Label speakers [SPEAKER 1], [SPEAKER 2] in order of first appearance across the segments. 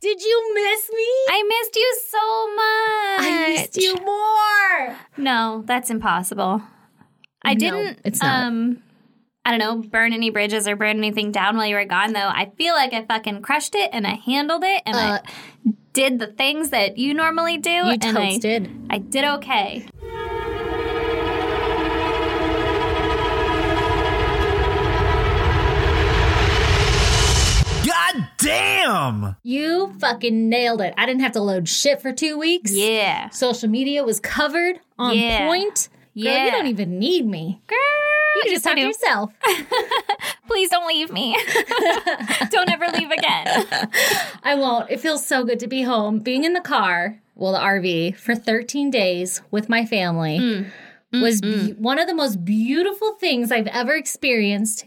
[SPEAKER 1] Did you miss me?
[SPEAKER 2] I missed you so much.
[SPEAKER 1] I missed you more.
[SPEAKER 2] No, that's impossible. I
[SPEAKER 3] No,
[SPEAKER 2] didn't.
[SPEAKER 3] it's not.
[SPEAKER 2] Um, I don't know, burn any bridges or burn anything down while you were gone, though. I feel like I fucking crushed it and I handled it and
[SPEAKER 3] Uh,
[SPEAKER 2] I did the things that you normally do.
[SPEAKER 3] you
[SPEAKER 2] and I,
[SPEAKER 3] toasted.
[SPEAKER 2] I did okay.
[SPEAKER 4] God damn!
[SPEAKER 3] You fucking nailed it. I didn't have to load shit for two weeks.
[SPEAKER 2] Yeah.
[SPEAKER 3] Social media was covered on
[SPEAKER 2] Yeah.
[SPEAKER 3] point. Girl,
[SPEAKER 2] Yeah.
[SPEAKER 3] you don't even need me.
[SPEAKER 2] Girl,
[SPEAKER 3] You can just
[SPEAKER 2] yes, I
[SPEAKER 3] talk to
[SPEAKER 2] do.
[SPEAKER 3] yourself.
[SPEAKER 2] Please don't leave me. don't ever leave again.
[SPEAKER 3] I won't. It feels so good to be home, being in the car, well, the RV, for 13 days with my family was be- one of the most beautiful things I've ever experienced.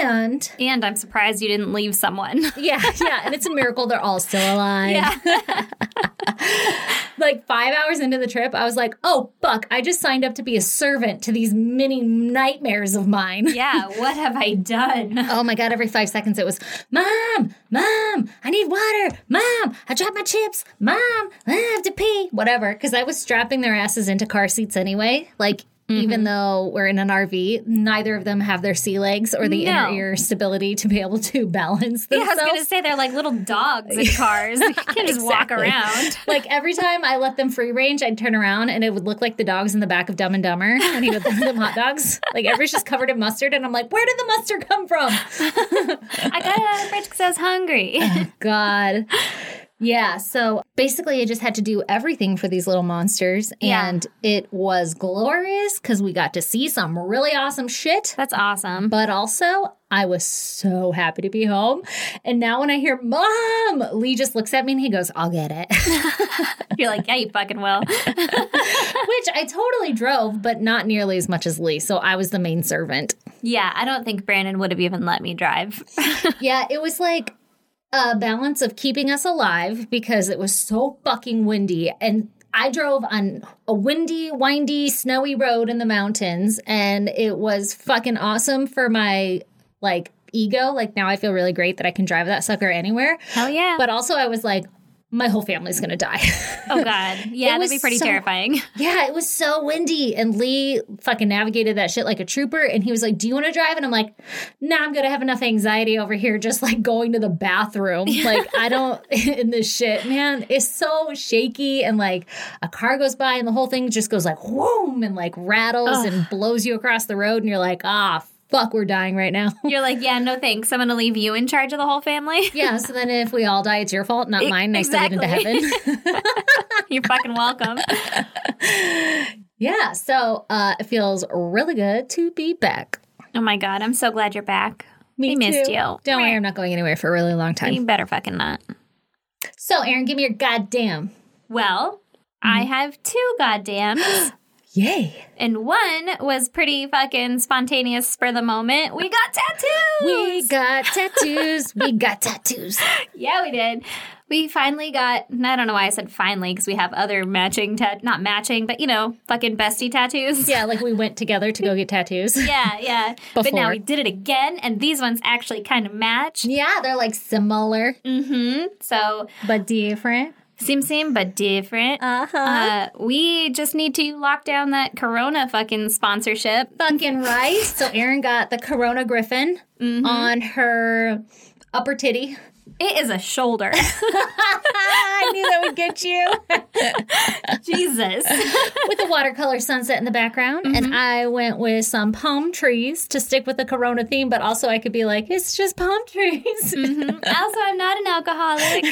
[SPEAKER 3] And
[SPEAKER 2] And I'm surprised you didn't leave someone.
[SPEAKER 3] yeah, yeah, and it's a miracle they're all still alive. like five hours into the trip, I was like, oh, fuck, I just signed up to be a servant to these mini nightmares of mine.
[SPEAKER 2] Yeah, what have I done?
[SPEAKER 3] Oh my God, every five seconds it was, Mom, Mom, I need water. Mom, I dropped my chips. Mom, I have to pee. Whatever. Because I was strapping their asses into car seats anyway. Like,
[SPEAKER 2] Mm-hmm.
[SPEAKER 3] even though we're in an RV, neither of them have their sea legs or the
[SPEAKER 2] No.
[SPEAKER 3] inner ear stability to be able to balance
[SPEAKER 2] Yeah, I was
[SPEAKER 3] themselves.
[SPEAKER 2] going to say they're like little dogs in cars. You can't just walk
[SPEAKER 3] Exactly.
[SPEAKER 2] around.
[SPEAKER 3] like every time I let them free range, I'd turn around and it would look like the dogs in the back of Dumb and Dumber when he would give them hot dogs. Like everybody's just covered in mustard, and I'm like, where did the mustard come from? Oh
[SPEAKER 2] I got it out of the fridge because I was hungry.
[SPEAKER 3] God. Yeah, so basically, I just had to do everything for these little monsters,
[SPEAKER 2] Yeah.
[SPEAKER 3] and it was glorious because we got to see some really awesome shit.
[SPEAKER 2] That's awesome.
[SPEAKER 3] But also, I was so happy to be home. And now, when I hear mom, Lee just looks at me and he goes, I'll get it.
[SPEAKER 2] You're like, yeah, you fucking will.
[SPEAKER 3] Which I totally drove, but not nearly as much as Lee. So I was the main servant.
[SPEAKER 2] Yeah, I don't think Brandon would have even let me drive.
[SPEAKER 3] yeah, it was like a balance of keeping us alive because it was so fucking windy. And I drove on a windy, windy, snowy road in the mountains. And it was fucking awesome for my like ego. Like now I feel really great that I can drive that sucker anywhere.
[SPEAKER 2] Hell yeah.
[SPEAKER 3] But also, I was like, my whole family's gonna die.
[SPEAKER 2] oh, God. Yeah, that'd
[SPEAKER 3] was
[SPEAKER 2] be pretty
[SPEAKER 3] so-
[SPEAKER 2] terrifying.
[SPEAKER 3] Yeah, it was so windy. And Lee fucking navigated that shit like a trooper. And he was like, Do you want to drive? And I'm like, Nah, I'm going to have enough anxiety over here just like going to the bathroom. Like, I don't, in this shit, man, it's so shaky. And like a car goes by and the whole thing just goes like, whoom, and like rattles and blows you across the road. And you're like, Ah, fuck, we're dying right now.
[SPEAKER 2] You're like, yeah, no thanks. I'm going to leave you in charge of the whole family.
[SPEAKER 3] yeah. So then if we all die, it's your fault, not mine. Nice to get into
[SPEAKER 2] exactly.
[SPEAKER 3] heaven.
[SPEAKER 2] You're fucking welcome.
[SPEAKER 3] yeah. So uh, it feels really good to be back.
[SPEAKER 2] Oh, my God. I'm so glad you're back.
[SPEAKER 3] Me
[SPEAKER 2] we missed
[SPEAKER 3] too.
[SPEAKER 2] you.
[SPEAKER 3] Don't worry, I'm not going anywhere for a really long
[SPEAKER 2] You
[SPEAKER 3] time.
[SPEAKER 2] better fucking not.
[SPEAKER 3] So, Aaron, give me your goddamn.
[SPEAKER 2] Well, I
[SPEAKER 3] Mm-hmm.
[SPEAKER 2] have two goddamns.
[SPEAKER 3] Yay.
[SPEAKER 2] And one was pretty fucking spontaneous spur of the moment. We got tattoos.
[SPEAKER 3] We got tattoos. we got tattoos.
[SPEAKER 2] yeah, we did. We finally got. and I don't know why I said finally because we have other matching tat, not matching, but you know, fucking bestie tattoos.
[SPEAKER 3] Yeah, like we went together to go get tattoos.
[SPEAKER 2] yeah, yeah. But now
[SPEAKER 3] Before.
[SPEAKER 2] we did it again, and these ones actually kind of match.
[SPEAKER 3] Yeah, they're like similar
[SPEAKER 2] Mm-hmm. So
[SPEAKER 3] but different.
[SPEAKER 2] same, same, but different.
[SPEAKER 3] Uh-huh.
[SPEAKER 2] Uh, we just need to lock down that Corona fucking sponsorship.
[SPEAKER 3] Fucking right. So, Aaron got the Corona Griffin on her upper titty.
[SPEAKER 2] It is a shoulder.
[SPEAKER 3] Ah, I knew that would get you.
[SPEAKER 2] Jesus.
[SPEAKER 3] with a watercolor sunset in the background. And I went with some palm trees to stick with the Corona theme, but also I could be like, it's just palm trees.
[SPEAKER 2] also, I'm not an alcoholic.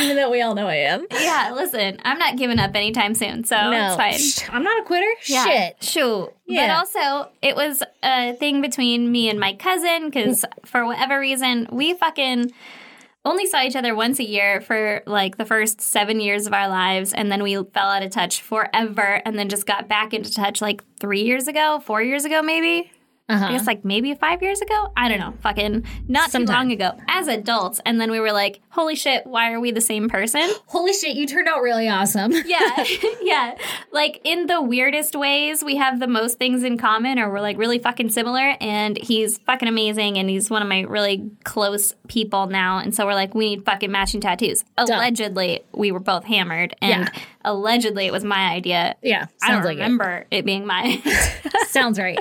[SPEAKER 3] Even though we all know I am.
[SPEAKER 2] Yeah, listen, I'm not giving up anytime soon, so it's fine.
[SPEAKER 3] Shh, I'm not a quitter.
[SPEAKER 2] Yeah.
[SPEAKER 3] Shit.
[SPEAKER 2] Shoot.
[SPEAKER 3] Yeah.
[SPEAKER 2] But also, it was a thing between me and my cousin because for whatever reason, we fucking only saw each other once a year for like the first seven years of our lives. And then we fell out of touch forever and then just got back into touch like three years ago, four years ago, maybe.
[SPEAKER 3] Uh-huh.
[SPEAKER 2] I guess like maybe five years ago. I don't know. Fucking not too
[SPEAKER 3] Sometime.
[SPEAKER 2] long ago as adults. And then we were like, holy shit, why are we the same person?
[SPEAKER 3] Holy shit, you turned out really awesome.
[SPEAKER 2] yeah. yeah. Like in the weirdest ways, we have the most things in common or we're like really fucking similar. And he's fucking amazing. And he's one of my really close people now. And so we're like, we need fucking matching tattoos. Allegedly, we were both hammered. And
[SPEAKER 3] Yeah.
[SPEAKER 2] allegedly, it was my idea.
[SPEAKER 3] Yeah,
[SPEAKER 2] I
[SPEAKER 3] sounds
[SPEAKER 2] don't
[SPEAKER 3] like it.
[SPEAKER 2] remember it. being mine,
[SPEAKER 3] Sounds right.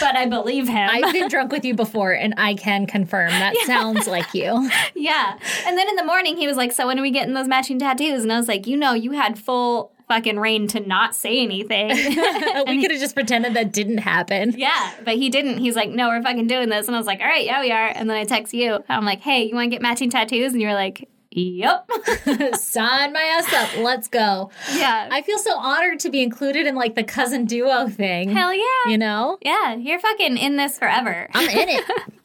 [SPEAKER 2] but I believe him.
[SPEAKER 3] I've been drunk with you before, and I can confirm that sounds like you.
[SPEAKER 2] Yeah. And then in the morning, he was like, So when are we getting those matching tattoos? And I was like, You know, you had full fucking reign to not say anything.
[SPEAKER 3] we could have just pretended that didn't happen.
[SPEAKER 2] yeah. But he didn't. He's like, No, we're fucking doing this. And I was like, All right, yeah, we are. And then I text you. I'm like, Hey, you want to get matching tattoos? And you're like, Yep.
[SPEAKER 3] Sign my ass up. Let's go.
[SPEAKER 2] yeah.
[SPEAKER 3] I feel so honored to be included in like the cousin duo thing.
[SPEAKER 2] Hell yeah.
[SPEAKER 3] You know?
[SPEAKER 2] yeah. You're fucking in this forever.
[SPEAKER 3] I'm in it.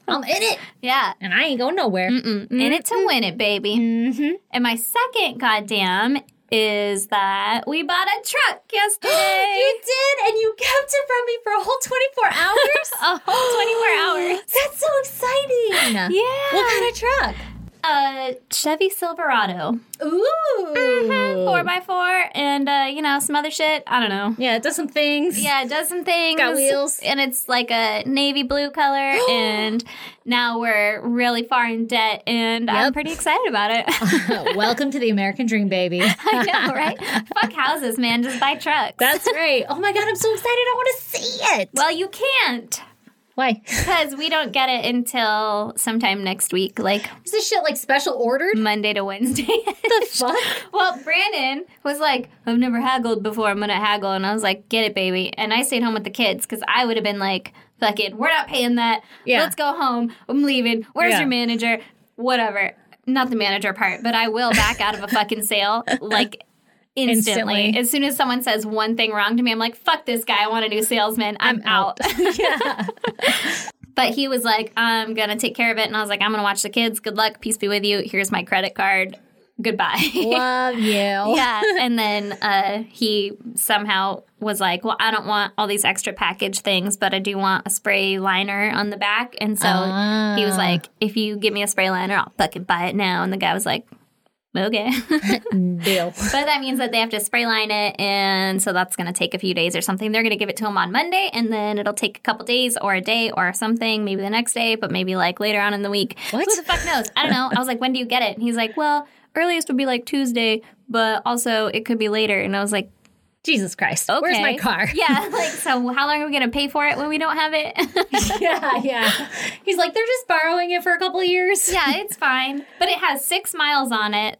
[SPEAKER 3] I'm in it.
[SPEAKER 2] yeah.
[SPEAKER 3] And I ain't going nowhere.
[SPEAKER 2] In it to win it, baby. Mm-hmm. And my second goddamn is that we bought a truck yesterday.
[SPEAKER 3] You did, and you kept it from me for a whole 24 hours?
[SPEAKER 2] a whole 24 hours.
[SPEAKER 3] That's so exciting.
[SPEAKER 2] Yeah.
[SPEAKER 3] What kind of truck?
[SPEAKER 2] a Chevy Silverado, Mm-hmm.
[SPEAKER 3] Ooh. Uh-huh.
[SPEAKER 2] four by four, and uh, you know some other shit. I don't know.
[SPEAKER 3] yeah, it does some things.
[SPEAKER 2] Yeah, it does some things.
[SPEAKER 3] Got wheels.
[SPEAKER 2] and it's like a navy blue color. and now we're really far in debt, and I'm
[SPEAKER 3] Yep.
[SPEAKER 2] pretty excited about it.
[SPEAKER 3] Welcome to the American dream, baby.
[SPEAKER 2] I know, right? Fuck houses, man. Just buy trucks.
[SPEAKER 3] That's great. Oh my god, I'm so excited. I want to see it.
[SPEAKER 2] well, you can't
[SPEAKER 3] Why?
[SPEAKER 2] because we don't get it until sometime next week, like
[SPEAKER 3] Is this shit like special ordered?
[SPEAKER 2] Monday to Wednesday.
[SPEAKER 3] the fuck?
[SPEAKER 2] Well, Brandon was like, I've never haggled before. I'm going to haggle. And I was like, get it, baby. And I stayed home with the kids because I would have been like, fuck it. We're not paying that.
[SPEAKER 3] Yeah.
[SPEAKER 2] Let's go home. I'm leaving. Where's
[SPEAKER 3] Yeah.
[SPEAKER 2] your manager? Whatever. Not the manager part, but I will back out of a fucking sale like instantly.
[SPEAKER 3] Instantly.
[SPEAKER 2] As soon as someone says one thing wrong to me, I'm like, fuck this guy. I want a new salesman. I'm, out.
[SPEAKER 3] yeah.
[SPEAKER 2] But he was like, I'm going to take care of it. And I was like, I'm going to watch the kids. Good luck. Peace be with you. Here's my credit card. Goodbye.
[SPEAKER 3] Love you.
[SPEAKER 2] yeah and then uh, he somehow was like well i don't want all these extra package things but i do want a spray liner on the back and so
[SPEAKER 3] Ah.
[SPEAKER 2] he was like if you give me a spray liner i'll fucking buy it now and the guy was like okay but
[SPEAKER 3] Deal.
[SPEAKER 2] that means that they have to spray line it and so that's going to take a few days or something they're going to give it to him on monday and then it'll take a couple days or a day or something maybe the next day but maybe like later on in the week
[SPEAKER 3] What?
[SPEAKER 2] who the fuck knows? I don't know. I was like, when do you get it? And he's like, well, earliest would be like Tuesday, but also it could be later. And I was like,
[SPEAKER 3] Jesus Christ.
[SPEAKER 2] okay.
[SPEAKER 3] Where's my car?
[SPEAKER 2] yeah. Like, so how long are we going to pay for it when we don't have it?
[SPEAKER 3] yeah, yeah. He's like, they're just borrowing it for a couple of years.
[SPEAKER 2] yeah, it's fine. But it has six miles on it,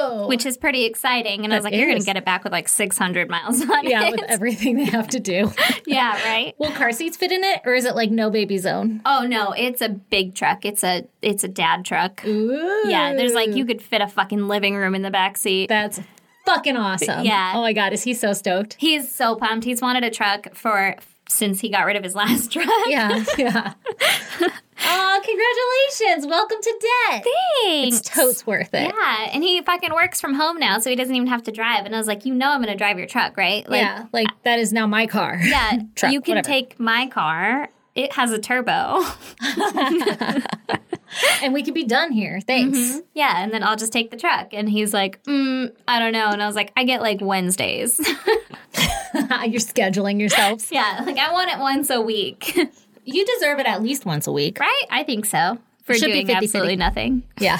[SPEAKER 3] Ooh.
[SPEAKER 2] which is pretty exciting. And I was like, you're going
[SPEAKER 3] is.
[SPEAKER 2] to get it back with like 600 miles on
[SPEAKER 3] yeah,
[SPEAKER 2] it.
[SPEAKER 3] with everything they have to do.
[SPEAKER 2] yeah, right.
[SPEAKER 3] Will car seats fit in it, or is it like no baby zone?
[SPEAKER 2] Oh no, it's a big truck. It's a it's a dad truck.
[SPEAKER 3] Ooh.
[SPEAKER 2] Yeah, there's like you could fit a fucking living room in the back seat.
[SPEAKER 3] That's fucking awesome.
[SPEAKER 2] Yeah.
[SPEAKER 3] Oh my god, is he so stoked?
[SPEAKER 2] He's so pumped. He's wanted a truck for since he got rid of his last truck.
[SPEAKER 3] Yeah, yeah. oh, congratulations! Welcome to debt.
[SPEAKER 2] Thanks.
[SPEAKER 3] It's totes worth it.
[SPEAKER 2] yeah, and he fucking works from home now, so he doesn't even have to drive. And I was like, you know, I'm gonna drive your truck, right? Like,
[SPEAKER 3] yeah, like that is now my car.
[SPEAKER 2] yeah.
[SPEAKER 3] Truck,
[SPEAKER 2] you can
[SPEAKER 3] whatever.
[SPEAKER 2] take my car. It has a turbo.
[SPEAKER 3] and we could be done here. Thanks.
[SPEAKER 2] yeah, and then I'll just take the truck. And he's like, mm, I don't know. And I was like, I get like Wednesdays. Mm-hmm.
[SPEAKER 3] You're scheduling yourselves.
[SPEAKER 2] yeah, like I want it once a week,
[SPEAKER 3] You deserve it at least once a week.
[SPEAKER 2] right? I think so. For
[SPEAKER 3] Should be
[SPEAKER 2] doing
[SPEAKER 3] 50-50.
[SPEAKER 2] absolutely nothing.
[SPEAKER 3] Yeah.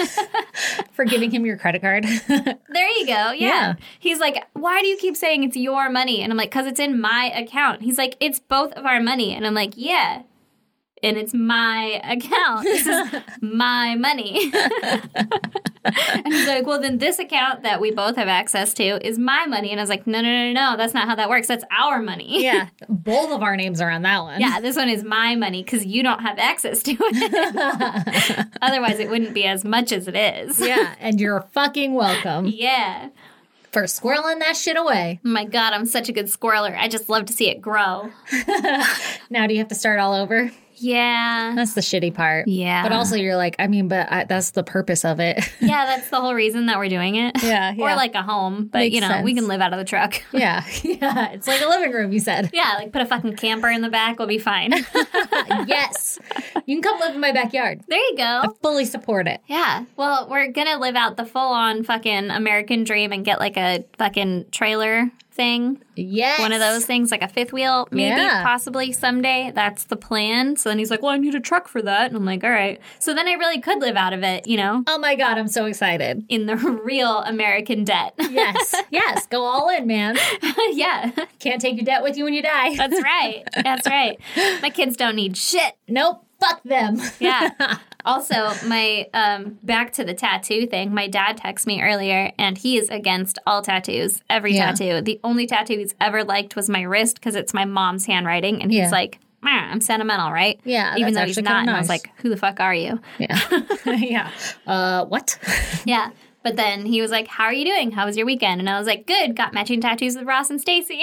[SPEAKER 3] For giving him your credit card.
[SPEAKER 2] There you go. Yeah.
[SPEAKER 3] Yeah.
[SPEAKER 2] He's like, why do you keep saying it's your money? And I'm like, because it's in my account. He's like, it's both of our money. And I'm like, yeah. And it's my account. This is my money. and he's like, well, then this account that we both have access to is my money. And I was like, no, no, no, no, no. That's not how that works. That's our money.
[SPEAKER 3] yeah. Both of our names are on that one.
[SPEAKER 2] Yeah, this one is my money because you don't have access to it. Otherwise, it wouldn't be as much as it is.
[SPEAKER 3] Yeah. And you're fucking welcome
[SPEAKER 2] Yeah.
[SPEAKER 3] for squirreling that shit away.
[SPEAKER 2] Oh My God, I'm such a good squirreler. I just love to see it grow.
[SPEAKER 3] Now do you have to start all over?
[SPEAKER 2] Yeah.
[SPEAKER 3] That's the shitty part.
[SPEAKER 2] Yeah.
[SPEAKER 3] But also, you're like, I mean, but I, that's the purpose of it.
[SPEAKER 2] Yeah, that's the whole reason that we're doing it.
[SPEAKER 3] Yeah, yeah.
[SPEAKER 2] Or like a home, but
[SPEAKER 3] Makes
[SPEAKER 2] you know, we
[SPEAKER 3] sense.
[SPEAKER 2] can live out of the truck.
[SPEAKER 3] yeah. Yeah. It's like a living room, you said.
[SPEAKER 2] yeah, like put a fucking camper in the back, we'll be fine.
[SPEAKER 3] yes. You can come live in my backyard.
[SPEAKER 2] there you
[SPEAKER 3] I
[SPEAKER 2] go.
[SPEAKER 3] fully support it.
[SPEAKER 2] Yeah. Well, we're going to live out the full on fucking American dream and get like a fucking trailer thing.
[SPEAKER 3] Yes.
[SPEAKER 2] One of those things, like a fifth wheel, maybe,
[SPEAKER 3] Yeah.
[SPEAKER 2] possibly someday. That's the plan. So then he's like, well, I need a truck for that. And I'm like, all right. So then I really could live out of it, you know,
[SPEAKER 3] Oh my God, I'm so excited.
[SPEAKER 2] in the real American debt.
[SPEAKER 3] Yes. yes. Go all in, man.
[SPEAKER 2] yeah.
[SPEAKER 3] Can't take your debt with you when you die.
[SPEAKER 2] That's right. That's right. My kids don't need shit.
[SPEAKER 3] nope. Fuck them.
[SPEAKER 2] Yeah. Also, my um back to the tattoo thing. My dad texted me earlier and he is against all tattoos, every
[SPEAKER 3] Yeah.
[SPEAKER 2] tattoo. The only tattoo he's ever liked was my wrist cuz it's my mom's handwriting and he's
[SPEAKER 3] Yeah.
[SPEAKER 2] like, "Ah, "I'm sentimental, right?"
[SPEAKER 3] Yeah,
[SPEAKER 2] Even
[SPEAKER 3] that's
[SPEAKER 2] though he's
[SPEAKER 3] actually
[SPEAKER 2] not.
[SPEAKER 3] kinda
[SPEAKER 2] And I was
[SPEAKER 3] nice.
[SPEAKER 2] like, "Who the fuck are you?"
[SPEAKER 3] Yeah. yeah. Uh, what?
[SPEAKER 2] Yeah. But then he was like, "How are you doing? How was your weekend?" And I was like, "Good. Got matching tattoos with Ross and Stacy."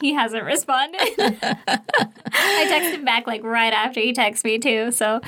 [SPEAKER 2] he hasn't responded. I texted him back like right after he texted me too. So,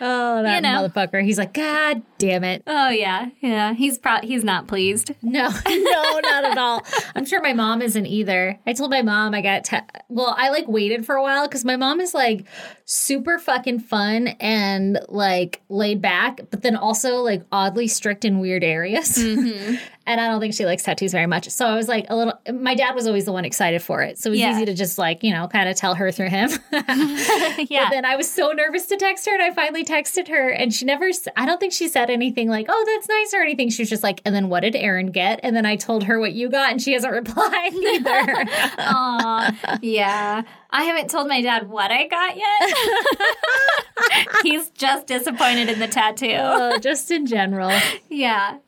[SPEAKER 3] Oh, that
[SPEAKER 2] You know.
[SPEAKER 3] motherfucker. He's like, God damn it.
[SPEAKER 2] oh yeah, yeah. He's pro- he's not pleased.
[SPEAKER 3] No, no, not at all. I'm sure my mom isn't either. I told my mom I got, ta- well, I like waited for a while because my mom is like super fucking fun and like laid back, but then also like oddly strict in weird areas. and I don't think she likes tattoos very much. So I was like a little, my dad was always the one excited for it. So it was
[SPEAKER 2] Yeah.
[SPEAKER 3] easy to just like, you know, kind of tell her through him.
[SPEAKER 2] yeah.
[SPEAKER 3] But then I was so nervous to text her, and I finally texted her, and she never. s- I don't think she said anything like, "Oh, that's nice" or anything. She was just like, "And then what did Aaron get?" And then I told her what you got, and she hasn't replied either.
[SPEAKER 2] Aw, yeah. I haven't told my dad what I got yet. he's just disappointed in the tattoo.
[SPEAKER 3] oh, just in general.
[SPEAKER 2] Yeah.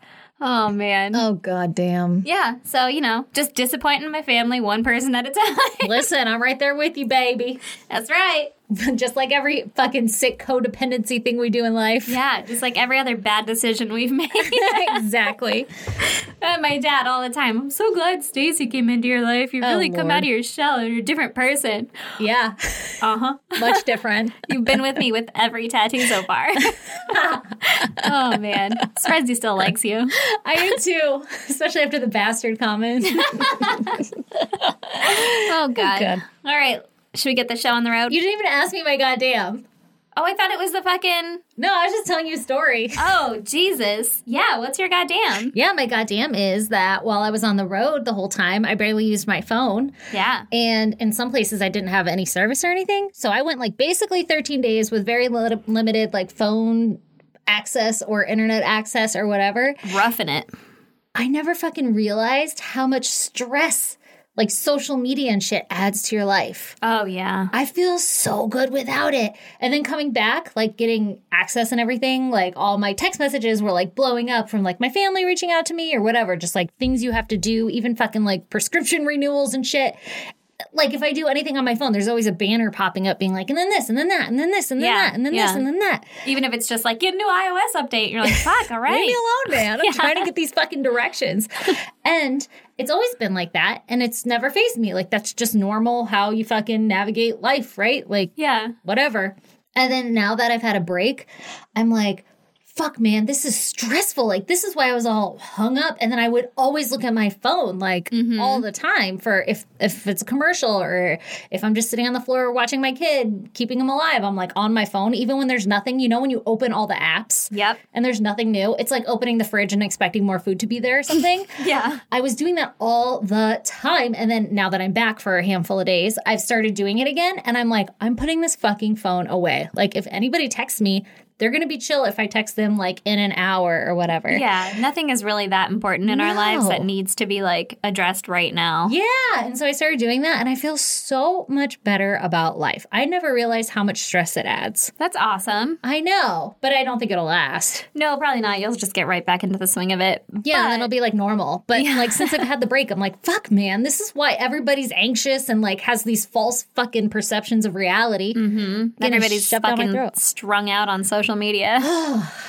[SPEAKER 2] Oh man.
[SPEAKER 3] Oh god damn.
[SPEAKER 2] Yeah. So you know, just disappointing my family one person at a time.
[SPEAKER 3] Listen, I'm right there with you, baby.
[SPEAKER 2] That's right.
[SPEAKER 3] just like every fucking sick codependency thing we do in life.
[SPEAKER 2] Yeah, just like every other bad decision we've made.
[SPEAKER 3] exactly.
[SPEAKER 2] And my dad all the time. I'm so glad Stacy came into your life. You
[SPEAKER 3] Oh,
[SPEAKER 2] really come
[SPEAKER 3] Lord.
[SPEAKER 2] out of your shell. and You're a different person.
[SPEAKER 3] Yeah,
[SPEAKER 2] Uh huh.
[SPEAKER 3] much different.
[SPEAKER 2] You've been with me with every tattoo so far. oh man, surprised he still likes you.
[SPEAKER 3] I am too, especially after the bastard comment.
[SPEAKER 2] Oh god.
[SPEAKER 3] God.
[SPEAKER 2] All right, should we get the show on the road?
[SPEAKER 3] you didn't even ask me my goddamn.
[SPEAKER 2] oh, I thought it was the fucking.
[SPEAKER 3] No, I was just telling you a story.
[SPEAKER 2] Oh Jesus. Yeah. What's your goddamn?
[SPEAKER 3] Yeah, my goddamn is that while I was on the road the whole time, I barely used my phone.
[SPEAKER 2] Yeah.
[SPEAKER 3] And in some places, I didn't have any service or anything. So I went like basically 13 days with very li- limited like phone access or internet access or whatever.
[SPEAKER 2] Roughing it.
[SPEAKER 3] I never fucking realized how much stress like social media and shit adds to your life.
[SPEAKER 2] Oh yeah.
[SPEAKER 3] I feel so good without it. And then coming back, like getting access and everything, like all my text messages were like blowing up from like my family reaching out to me or whatever, just like things you have to do, even fucking like prescription renewals and shit. Like if I do anything on my phone, there's always a banner popping up being like, and then this, and then that, and then this, and then
[SPEAKER 2] Yeah,
[SPEAKER 3] that, and then
[SPEAKER 2] yeah.
[SPEAKER 3] this, and then that.
[SPEAKER 2] Even if it's just like get a new iOS update, you're like fuck. All
[SPEAKER 3] Leave me
[SPEAKER 2] right.
[SPEAKER 3] alone, man. I'm trying to get these fucking directions. And it's always been like that. And it's never phased me. Like, that's just normal how you fucking navigate life, right? Like,
[SPEAKER 2] Yeah.
[SPEAKER 3] whatever. And then now that I've had a break, I'm like, fuck, man, this is stressful. Like, this is why I was all hung up. And then I would always look at my phone like all the time for if if it's a commercial or if I'm just sitting on the floor watching my kid, keeping him alive. I'm like on my phone, even when there's nothing. You know, when you open all the apps
[SPEAKER 2] Yep.
[SPEAKER 3] and there's nothing new, it's like opening the fridge and expecting more food to be there or something.
[SPEAKER 2] Yeah.
[SPEAKER 3] I was doing that all the time. And then now that I'm back for a handful of days, I've started doing it again. And I'm like, I'm putting this fucking phone away. Like, if anybody texts me, they're going to be chill if I text them like in an hour or whatever.
[SPEAKER 2] Yeah, nothing is really that important in our lives that
[SPEAKER 3] No.
[SPEAKER 2] needs to be like addressed right now.
[SPEAKER 3] Yeah. And so I started doing that and I feel so much better about life. I never realized how much stress it adds.
[SPEAKER 2] That's awesome.
[SPEAKER 3] I know, but I don't think it'll last.
[SPEAKER 2] No, probably not. You'll just get right back into the swing of it.
[SPEAKER 3] Yeah, and then it'll be like normal. But like since I've had the break, I'm like, fuck, man, this is why everybody's anxious and like has these false fucking perceptions of reality. Mm-hmm.
[SPEAKER 2] Everybody's fucking strung out on social media.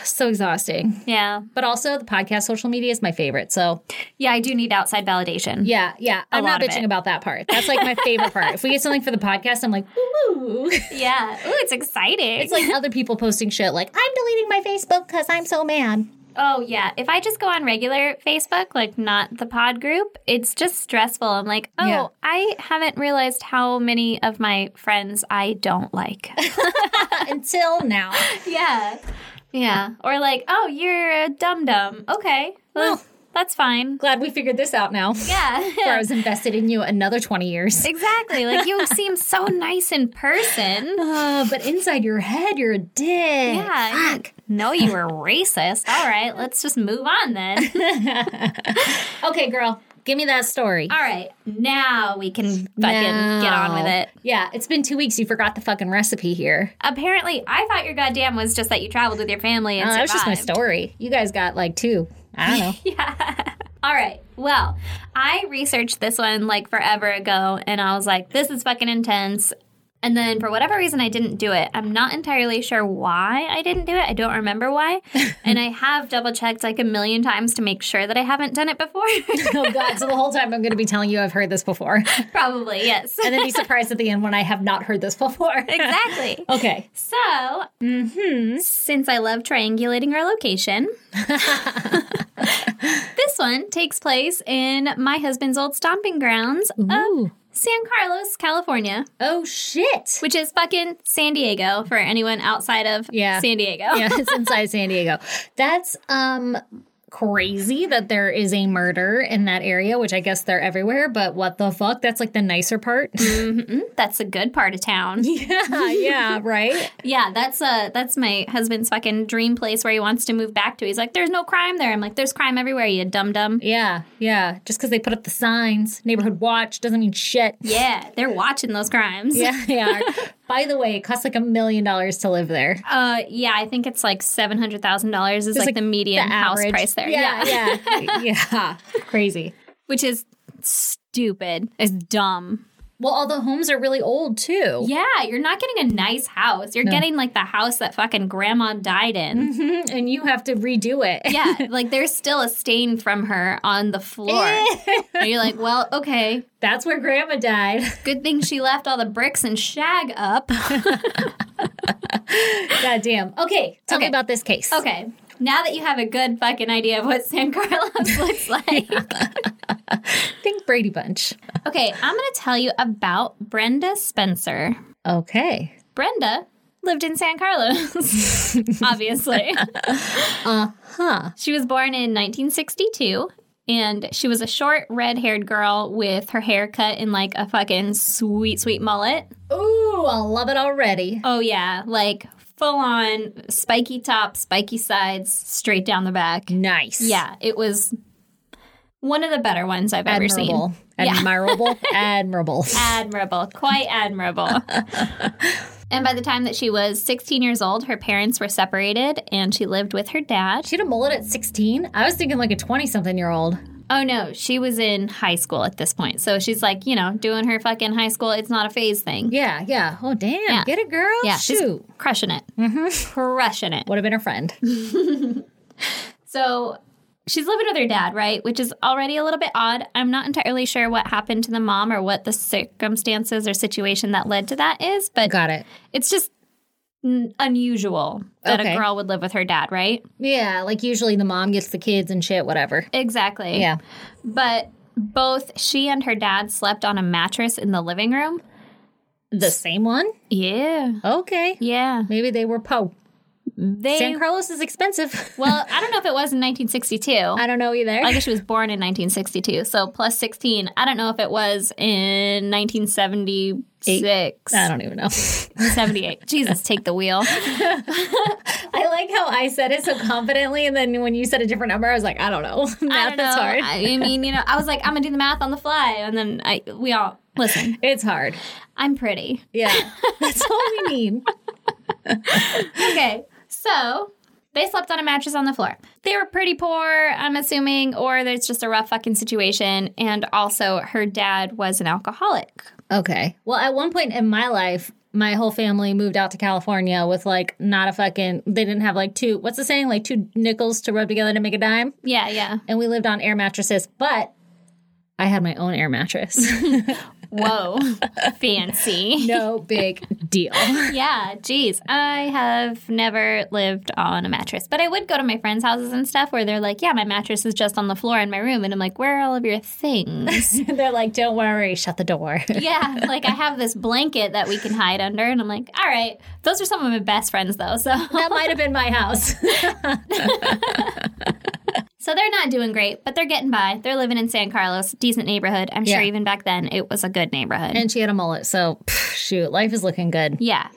[SPEAKER 3] So exhausting.
[SPEAKER 2] yeah.
[SPEAKER 3] But also, the podcast social media is my favorite. So,
[SPEAKER 2] Yeah, I do need outside validation.
[SPEAKER 3] yeah, yeah.
[SPEAKER 2] A
[SPEAKER 3] I'm not
[SPEAKER 2] lot of
[SPEAKER 3] bitching
[SPEAKER 2] it.
[SPEAKER 3] about that part. That's like my favorite part. If we get something for the podcast, I'm like, woo.
[SPEAKER 2] Yeah. Ooh, it's exciting.
[SPEAKER 3] It's like other people posting shit like, I'm deleting my Facebook because I'm so mad.
[SPEAKER 2] Oh yeah. If I just go on regular Facebook, like not the pod group, it's just stressful. I'm like, oh,
[SPEAKER 3] Yeah.
[SPEAKER 2] I haven't realized how many of my friends I don't like.
[SPEAKER 3] Until now.
[SPEAKER 2] yeah. Yeah. Or like, oh, you're a dum dum. Okay. Well,
[SPEAKER 3] Well.
[SPEAKER 2] that's fine.
[SPEAKER 3] Glad we figured this out now. Where I
[SPEAKER 2] Yeah.
[SPEAKER 3] was invested in you another 20 years.
[SPEAKER 2] exactly. Like you seem so nice in person.
[SPEAKER 3] Uh, but inside your head, you're a dick.
[SPEAKER 2] Yeah. Fuck. No, you were racist. All right, let's just move on then.
[SPEAKER 3] Okay, girl, give me that story.
[SPEAKER 2] All right, now we can fucking get on with it.
[SPEAKER 3] Yeah, it's been two weeks. You forgot the fucking recipe here.
[SPEAKER 2] Apparently, I thought your goddamn was just that you traveled with your family and
[SPEAKER 3] Oh, that was just my
[SPEAKER 2] survived.
[SPEAKER 3] story. You guys got like two. I don't know.
[SPEAKER 2] All right. Well, I researched this one like forever ago and I was like, this is fucking intense. And then for whatever reason, I didn't do it. I'm not entirely sure why I didn't do it. I don't remember why. and I have double checked like a million times to make sure that I haven't done it before.
[SPEAKER 3] oh God! So the whole time I'm going to be telling you I've heard this before, and
[SPEAKER 2] Probably, yes.
[SPEAKER 3] then be surprised at the end when I have not heard this before.
[SPEAKER 2] exactly.
[SPEAKER 3] okay.
[SPEAKER 2] So, since I love triangulating our location, this one takes place in my husband's old stomping grounds of
[SPEAKER 3] Ooh.
[SPEAKER 2] San Carlos, California,
[SPEAKER 3] Oh shit!
[SPEAKER 2] which is fucking San Diego for anyone outside of
[SPEAKER 3] Yeah.
[SPEAKER 2] San Diego.
[SPEAKER 3] yeah, it's inside San Diego. That's um crazy that there is a murder in that area, which I guess they're everywhere. But what the fuck? That's like the nicer part.
[SPEAKER 2] That's a good part of town.
[SPEAKER 3] yeah, Uh, yeah, right.
[SPEAKER 2] Yeah, that's uh that's my husband's fucking dream place where he wants to move back to. He's like, There's no crime there. I'm like, There's crime everywhere, you dum dum.
[SPEAKER 3] Yeah, yeah. Just because they put up the signs, neighborhood watch doesn't mean shit.
[SPEAKER 2] Yeah, they're watching those crimes.
[SPEAKER 3] Yeah, they are. By the way, it costs like a million dollars to live there.
[SPEAKER 2] Uh, yeah, I think it's like seven hundred thousand dollars is like, the median house
[SPEAKER 3] average.
[SPEAKER 2] price there.
[SPEAKER 3] Yeah,
[SPEAKER 2] Yeah,
[SPEAKER 3] yeah, yeah. Crazy.
[SPEAKER 2] which is stupid. It's dumb.
[SPEAKER 3] Well, all the homes are really old too.
[SPEAKER 2] Yeah, you're not getting a nice house. You're getting like the house that fucking grandma died in.
[SPEAKER 3] and you have to redo it.
[SPEAKER 2] yeah, like there's still a stain from her on the floor.
[SPEAKER 3] Eh.
[SPEAKER 2] and you're like, well, okay,
[SPEAKER 3] That's where Grandma died.
[SPEAKER 2] good thing she left all the bricks and shag up.
[SPEAKER 3] God damn. Okay, tell me
[SPEAKER 2] Okay.
[SPEAKER 3] about this case.
[SPEAKER 2] okay. Now that you have a good fucking idea of what San Carlos looks like,
[SPEAKER 3] Think Brady Bunch.
[SPEAKER 2] okay, I'm gonna tell you about Brenda Spencer.
[SPEAKER 3] Okay.
[SPEAKER 2] Brenda lived in San Carlos, obviously. uh huh. She was born in 1962. And she was a short, red haired girl with her hair cut in like a fucking sweet, sweet mullet.
[SPEAKER 3] Ooh, I love it already.
[SPEAKER 2] Oh, yeah. Like full on spiky top, spiky sides, straight down the back.
[SPEAKER 3] Nice.
[SPEAKER 2] Yeah. It was one of the better ones I've ever seen.
[SPEAKER 3] Admirable. Admirable. Admirable.
[SPEAKER 2] admirable, quite admirable. and by the time that she was 16 years old, her parents were separated and she lived with her dad.
[SPEAKER 3] She had a mullet at 16. I was thinking like a 20 something year old.
[SPEAKER 2] Oh no, she was in high school at this point. So she's like, you know, doing her fucking high school, it's not a phase thing.
[SPEAKER 3] Yeah, yeah. Oh, damn. Get it, girl.
[SPEAKER 2] Yeah,
[SPEAKER 3] Shoot. Mm-hmm.
[SPEAKER 2] she's crushing it. Crushing it.
[SPEAKER 3] Would have been her friend.
[SPEAKER 2] So she's living with her dad, right? Which is already a little bit odd. I'm not entirely sure what happened to the mom or what the circumstances or situation that led to that is, but
[SPEAKER 3] Got it.
[SPEAKER 2] it's just n- unusual that
[SPEAKER 3] Okay.
[SPEAKER 2] a girl would live with her dad, right?
[SPEAKER 3] Yeah, like usually the mom gets the kids and shit, whatever.
[SPEAKER 2] Exactly.
[SPEAKER 3] Yeah.
[SPEAKER 2] But both she and her dad slept on a mattress in the living room.
[SPEAKER 3] The same one?
[SPEAKER 2] Yeah.
[SPEAKER 3] Okay.
[SPEAKER 2] Yeah.
[SPEAKER 3] Maybe they were po.
[SPEAKER 2] They
[SPEAKER 3] San Carlos is expensive.
[SPEAKER 2] Well, I don't know if it was in 1962.
[SPEAKER 3] I
[SPEAKER 2] I
[SPEAKER 3] don't know either.
[SPEAKER 2] guess she was born in 1962, so plus 16. I don't know if it was in 1976.
[SPEAKER 3] I don't even know.
[SPEAKER 2] 78. Jesus, take the wheel.
[SPEAKER 3] I like how I said it so confidently, and then when you said a different number, I was like, I don't know.
[SPEAKER 2] I
[SPEAKER 3] Math
[SPEAKER 2] don't know.
[SPEAKER 3] is hard.
[SPEAKER 2] I mean, you know, I was like, I'm gonna do the math on the fly, and then I we all listen.
[SPEAKER 3] it's hard.
[SPEAKER 2] I'm pretty.
[SPEAKER 3] Yeah. That's all we need.
[SPEAKER 2] Okay, so they slept on a mattress on the floor. They were pretty poor, I'm assuming, or there's just a rough fucking situation. And also, her dad was an alcoholic.
[SPEAKER 3] Okay. Well, at one point in my life, my whole family moved out to California with like not a fucking they didn't have like two what's the saying like two nickels to rub together to make a dime
[SPEAKER 2] Yeah, yeah.
[SPEAKER 3] and we lived on air mattresses but I had my own air mattress
[SPEAKER 2] Whoa. Fancy.
[SPEAKER 3] no big deal
[SPEAKER 2] Yeah, geez. I have never lived on a mattress, but I would go to my friends' houses and stuff where they're like, yeah, my mattress is just on the floor in my room. And I'm like, where are all of your things?
[SPEAKER 3] they're like don't worry shut the door
[SPEAKER 2] yeah, like I have this blanket that we can hide under. And I'm like, all right. Those are some of my best friends, though. So.
[SPEAKER 3] that might have been my house
[SPEAKER 2] So they're not doing great, but they're getting by. They're living in San Carlos, decent neighborhood. I'm sure
[SPEAKER 3] Yeah.
[SPEAKER 2] even back then it was a good neighborhood.
[SPEAKER 3] and she had a mullet so pff, shoot life is looking good
[SPEAKER 2] yeah.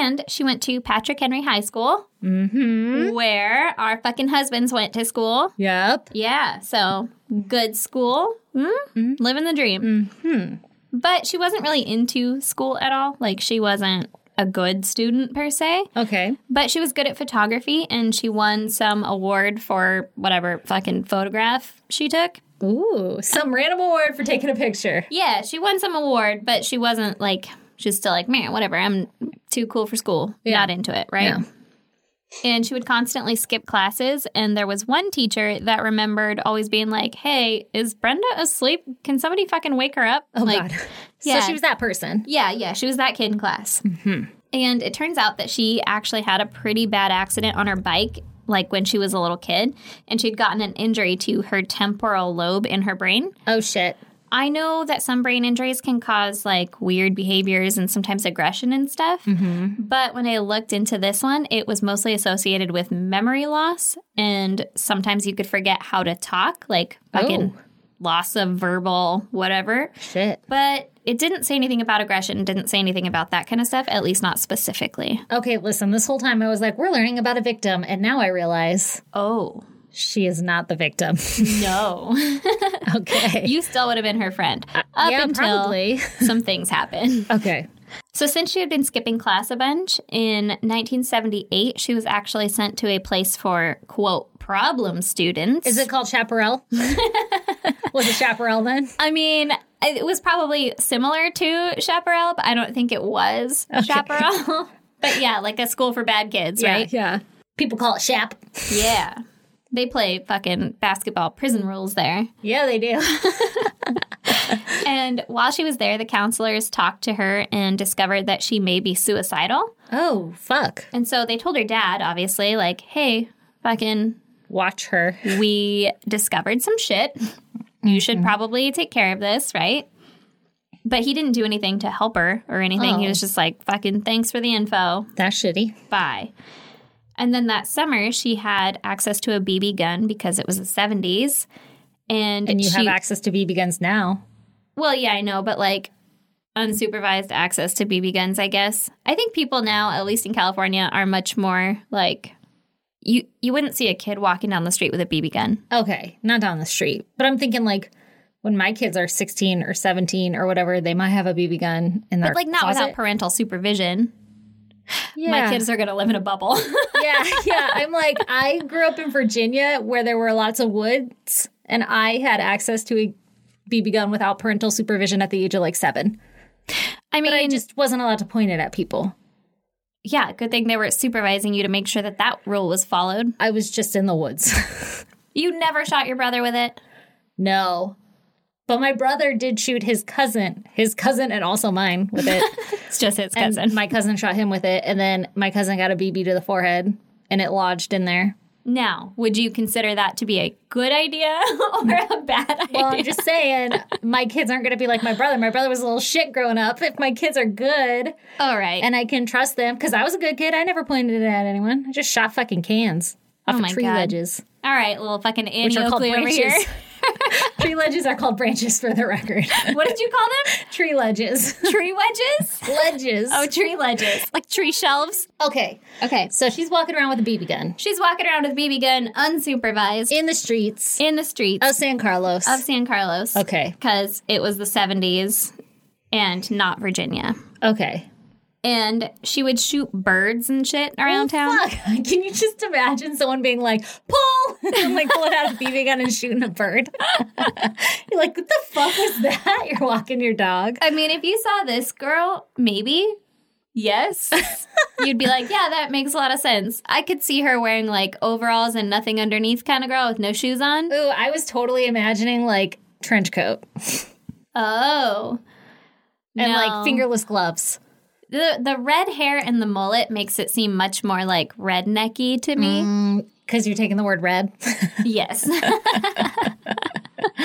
[SPEAKER 2] And she went to Patrick Henry High School, mm-hmm. where our fucking husbands went to school.
[SPEAKER 3] yep
[SPEAKER 2] Yeah, so good school, mm? living the dream. But she wasn't really into school at all. Like, she wasn't a good student per se.
[SPEAKER 3] okay
[SPEAKER 2] But she was good at photography and she won some award for whatever fucking photograph she took.
[SPEAKER 3] ooh some random award for taking a picture
[SPEAKER 2] Yeah, she won some award, but she wasn't like she's still like, man, whatever. I'm too cool for school. Not into it, right?
[SPEAKER 3] Yeah.
[SPEAKER 2] And she would constantly skip classes. And there was one teacher that remembered always being like, "Hey, is Brenda asleep? Can somebody fucking wake her up?"
[SPEAKER 3] oh
[SPEAKER 2] like,
[SPEAKER 3] god
[SPEAKER 2] yeah.
[SPEAKER 3] so she was Mm-hmm. that person
[SPEAKER 2] yeah, yeah, she was that kid in class. And it turns out that she actually had a pretty bad accident on her bike, like when she was a little kid, and she'd gotten an injury to her temporal lobe in her brain.
[SPEAKER 3] oh shit
[SPEAKER 2] I know that some brain injuries can cause like weird behaviors and sometimes aggression and stuff.
[SPEAKER 3] Mm-hmm.
[SPEAKER 2] But when I looked into this one, it was mostly associated with memory loss. And sometimes you could forget how to talk, like fucking
[SPEAKER 3] Oh.
[SPEAKER 2] loss of verbal whatever.
[SPEAKER 3] shit
[SPEAKER 2] But it didn't say anything about aggression, didn't say anything about that kind of stuff, at least not specifically.
[SPEAKER 3] Okay, listen, this whole time I was like, we're learning about a victim. And now I realize
[SPEAKER 2] Oh,
[SPEAKER 3] she is not the victim.
[SPEAKER 2] no.
[SPEAKER 3] okay.
[SPEAKER 2] you still would have been her friend up
[SPEAKER 3] Uh, yeah,
[SPEAKER 2] until
[SPEAKER 3] probably.
[SPEAKER 2] some things happened.
[SPEAKER 3] okay.
[SPEAKER 2] So, since she had been skipping class a bunch, in 1978, she was actually sent to a place for, quote, problem students.
[SPEAKER 3] Is it called Chaparral? was it Chaparral then?
[SPEAKER 2] I mean, it was probably similar to Chaparral, but I don't think it was Chaparral. but yeah, like a school for bad kids, right?
[SPEAKER 3] Yeah. People call it Shap.
[SPEAKER 2] Yeah. They play fucking basketball prison rules there.
[SPEAKER 3] Yeah, they do.
[SPEAKER 2] And while she was there, the counselors talked to her and discovered that she may be suicidal.
[SPEAKER 3] oh, fuck.
[SPEAKER 2] And so they told her dad, obviously, like, hey, fucking
[SPEAKER 3] Watch her.
[SPEAKER 2] we discovered some shit. You should
[SPEAKER 3] Mm-hmm.
[SPEAKER 2] probably take care of this, right? But he didn't do anything to help her or anything. He
[SPEAKER 3] Oh.
[SPEAKER 2] was just like, fucking thanks for the info.
[SPEAKER 3] That's shitty.
[SPEAKER 2] Bye. And then that summer, she had access to a BB gun because it was the 70s. And,
[SPEAKER 3] And you
[SPEAKER 2] she,
[SPEAKER 3] have access to BB guns now.
[SPEAKER 2] Well, yeah, I know, but like unsupervised access to BB guns, I guess. I think people now, at least in California, are much more like. You, you wouldn't see a kid walking down the street with a BB gun.
[SPEAKER 3] Okay, not down the street. But I'm thinking like when my kids are 16 or 17 or whatever, they might have a BB gun in their
[SPEAKER 2] But like not without parental supervision.
[SPEAKER 3] yeah.
[SPEAKER 2] My kids are going to live in a bubble.
[SPEAKER 3] yeah, yeah. I'm like, I grew up in Virginia where there were lots of woods, and I had access to a BB gun without parental supervision at the age of like seven.
[SPEAKER 2] I mean,
[SPEAKER 3] But I just wasn't allowed to point it at people.
[SPEAKER 2] yeah, good thing they were supervising you to make sure that that rule was followed.
[SPEAKER 3] I was just in the woods.
[SPEAKER 2] You never shot your brother with it.
[SPEAKER 3] no. But my brother did shoot his cousin, his cousin, and also mine with it.
[SPEAKER 2] It's just his
[SPEAKER 3] And
[SPEAKER 2] cousin.
[SPEAKER 3] my cousin shot him with it, and then my cousin got a BB to the forehead, and it lodged in there.
[SPEAKER 2] now, would you consider that to be a good idea or a bad idea?
[SPEAKER 3] Well, I'm just saying, my kids aren't going to be like my brother. My brother was a little shit growing up. If my kids are good,
[SPEAKER 2] All right.
[SPEAKER 3] and I can trust them because I was a good kid. I never pointed it at anyone. I just shot fucking cans off
[SPEAKER 2] Oh my
[SPEAKER 3] of tree
[SPEAKER 2] God.
[SPEAKER 3] ledges,
[SPEAKER 2] All right, little fucking Annie
[SPEAKER 3] which are called
[SPEAKER 2] Oakley over here.
[SPEAKER 3] branches. tree ledges are called branches for the record.
[SPEAKER 2] What did you call them?
[SPEAKER 3] tree ledges,
[SPEAKER 2] Tree wedges?
[SPEAKER 3] ledges.
[SPEAKER 2] Oh, tree ledges. Like tree shelves.
[SPEAKER 3] okay, okay. So she's walking around with a BB gun
[SPEAKER 2] She's walking around with a BB gun unsupervised
[SPEAKER 3] in the streets
[SPEAKER 2] in the streets
[SPEAKER 3] of San Carlos.
[SPEAKER 2] of San Carlos.
[SPEAKER 3] okay,
[SPEAKER 2] because it was the 70s and not Virginia.
[SPEAKER 3] okay.
[SPEAKER 2] And she would shoot birds and shit around town.
[SPEAKER 3] Fuck. Can you just imagine someone being like, pull, and like pulling out a BB gun and shooting a bird? You're like, what the fuck was that? You're walking your dog.
[SPEAKER 2] I mean, if you saw this girl, maybe, yes, you'd be like, yeah, that makes a lot of sense. I could see her wearing like overalls and nothing underneath kind of girl with no shoes on.
[SPEAKER 3] Ooh, I was totally imagining like trench coat
[SPEAKER 2] Oh.
[SPEAKER 3] and
[SPEAKER 2] No.
[SPEAKER 3] like fingerless gloves.
[SPEAKER 2] the the red hair and the mullet makes it seem much more like rednecky to me.
[SPEAKER 3] Because you're taking the word red.
[SPEAKER 2] Yes.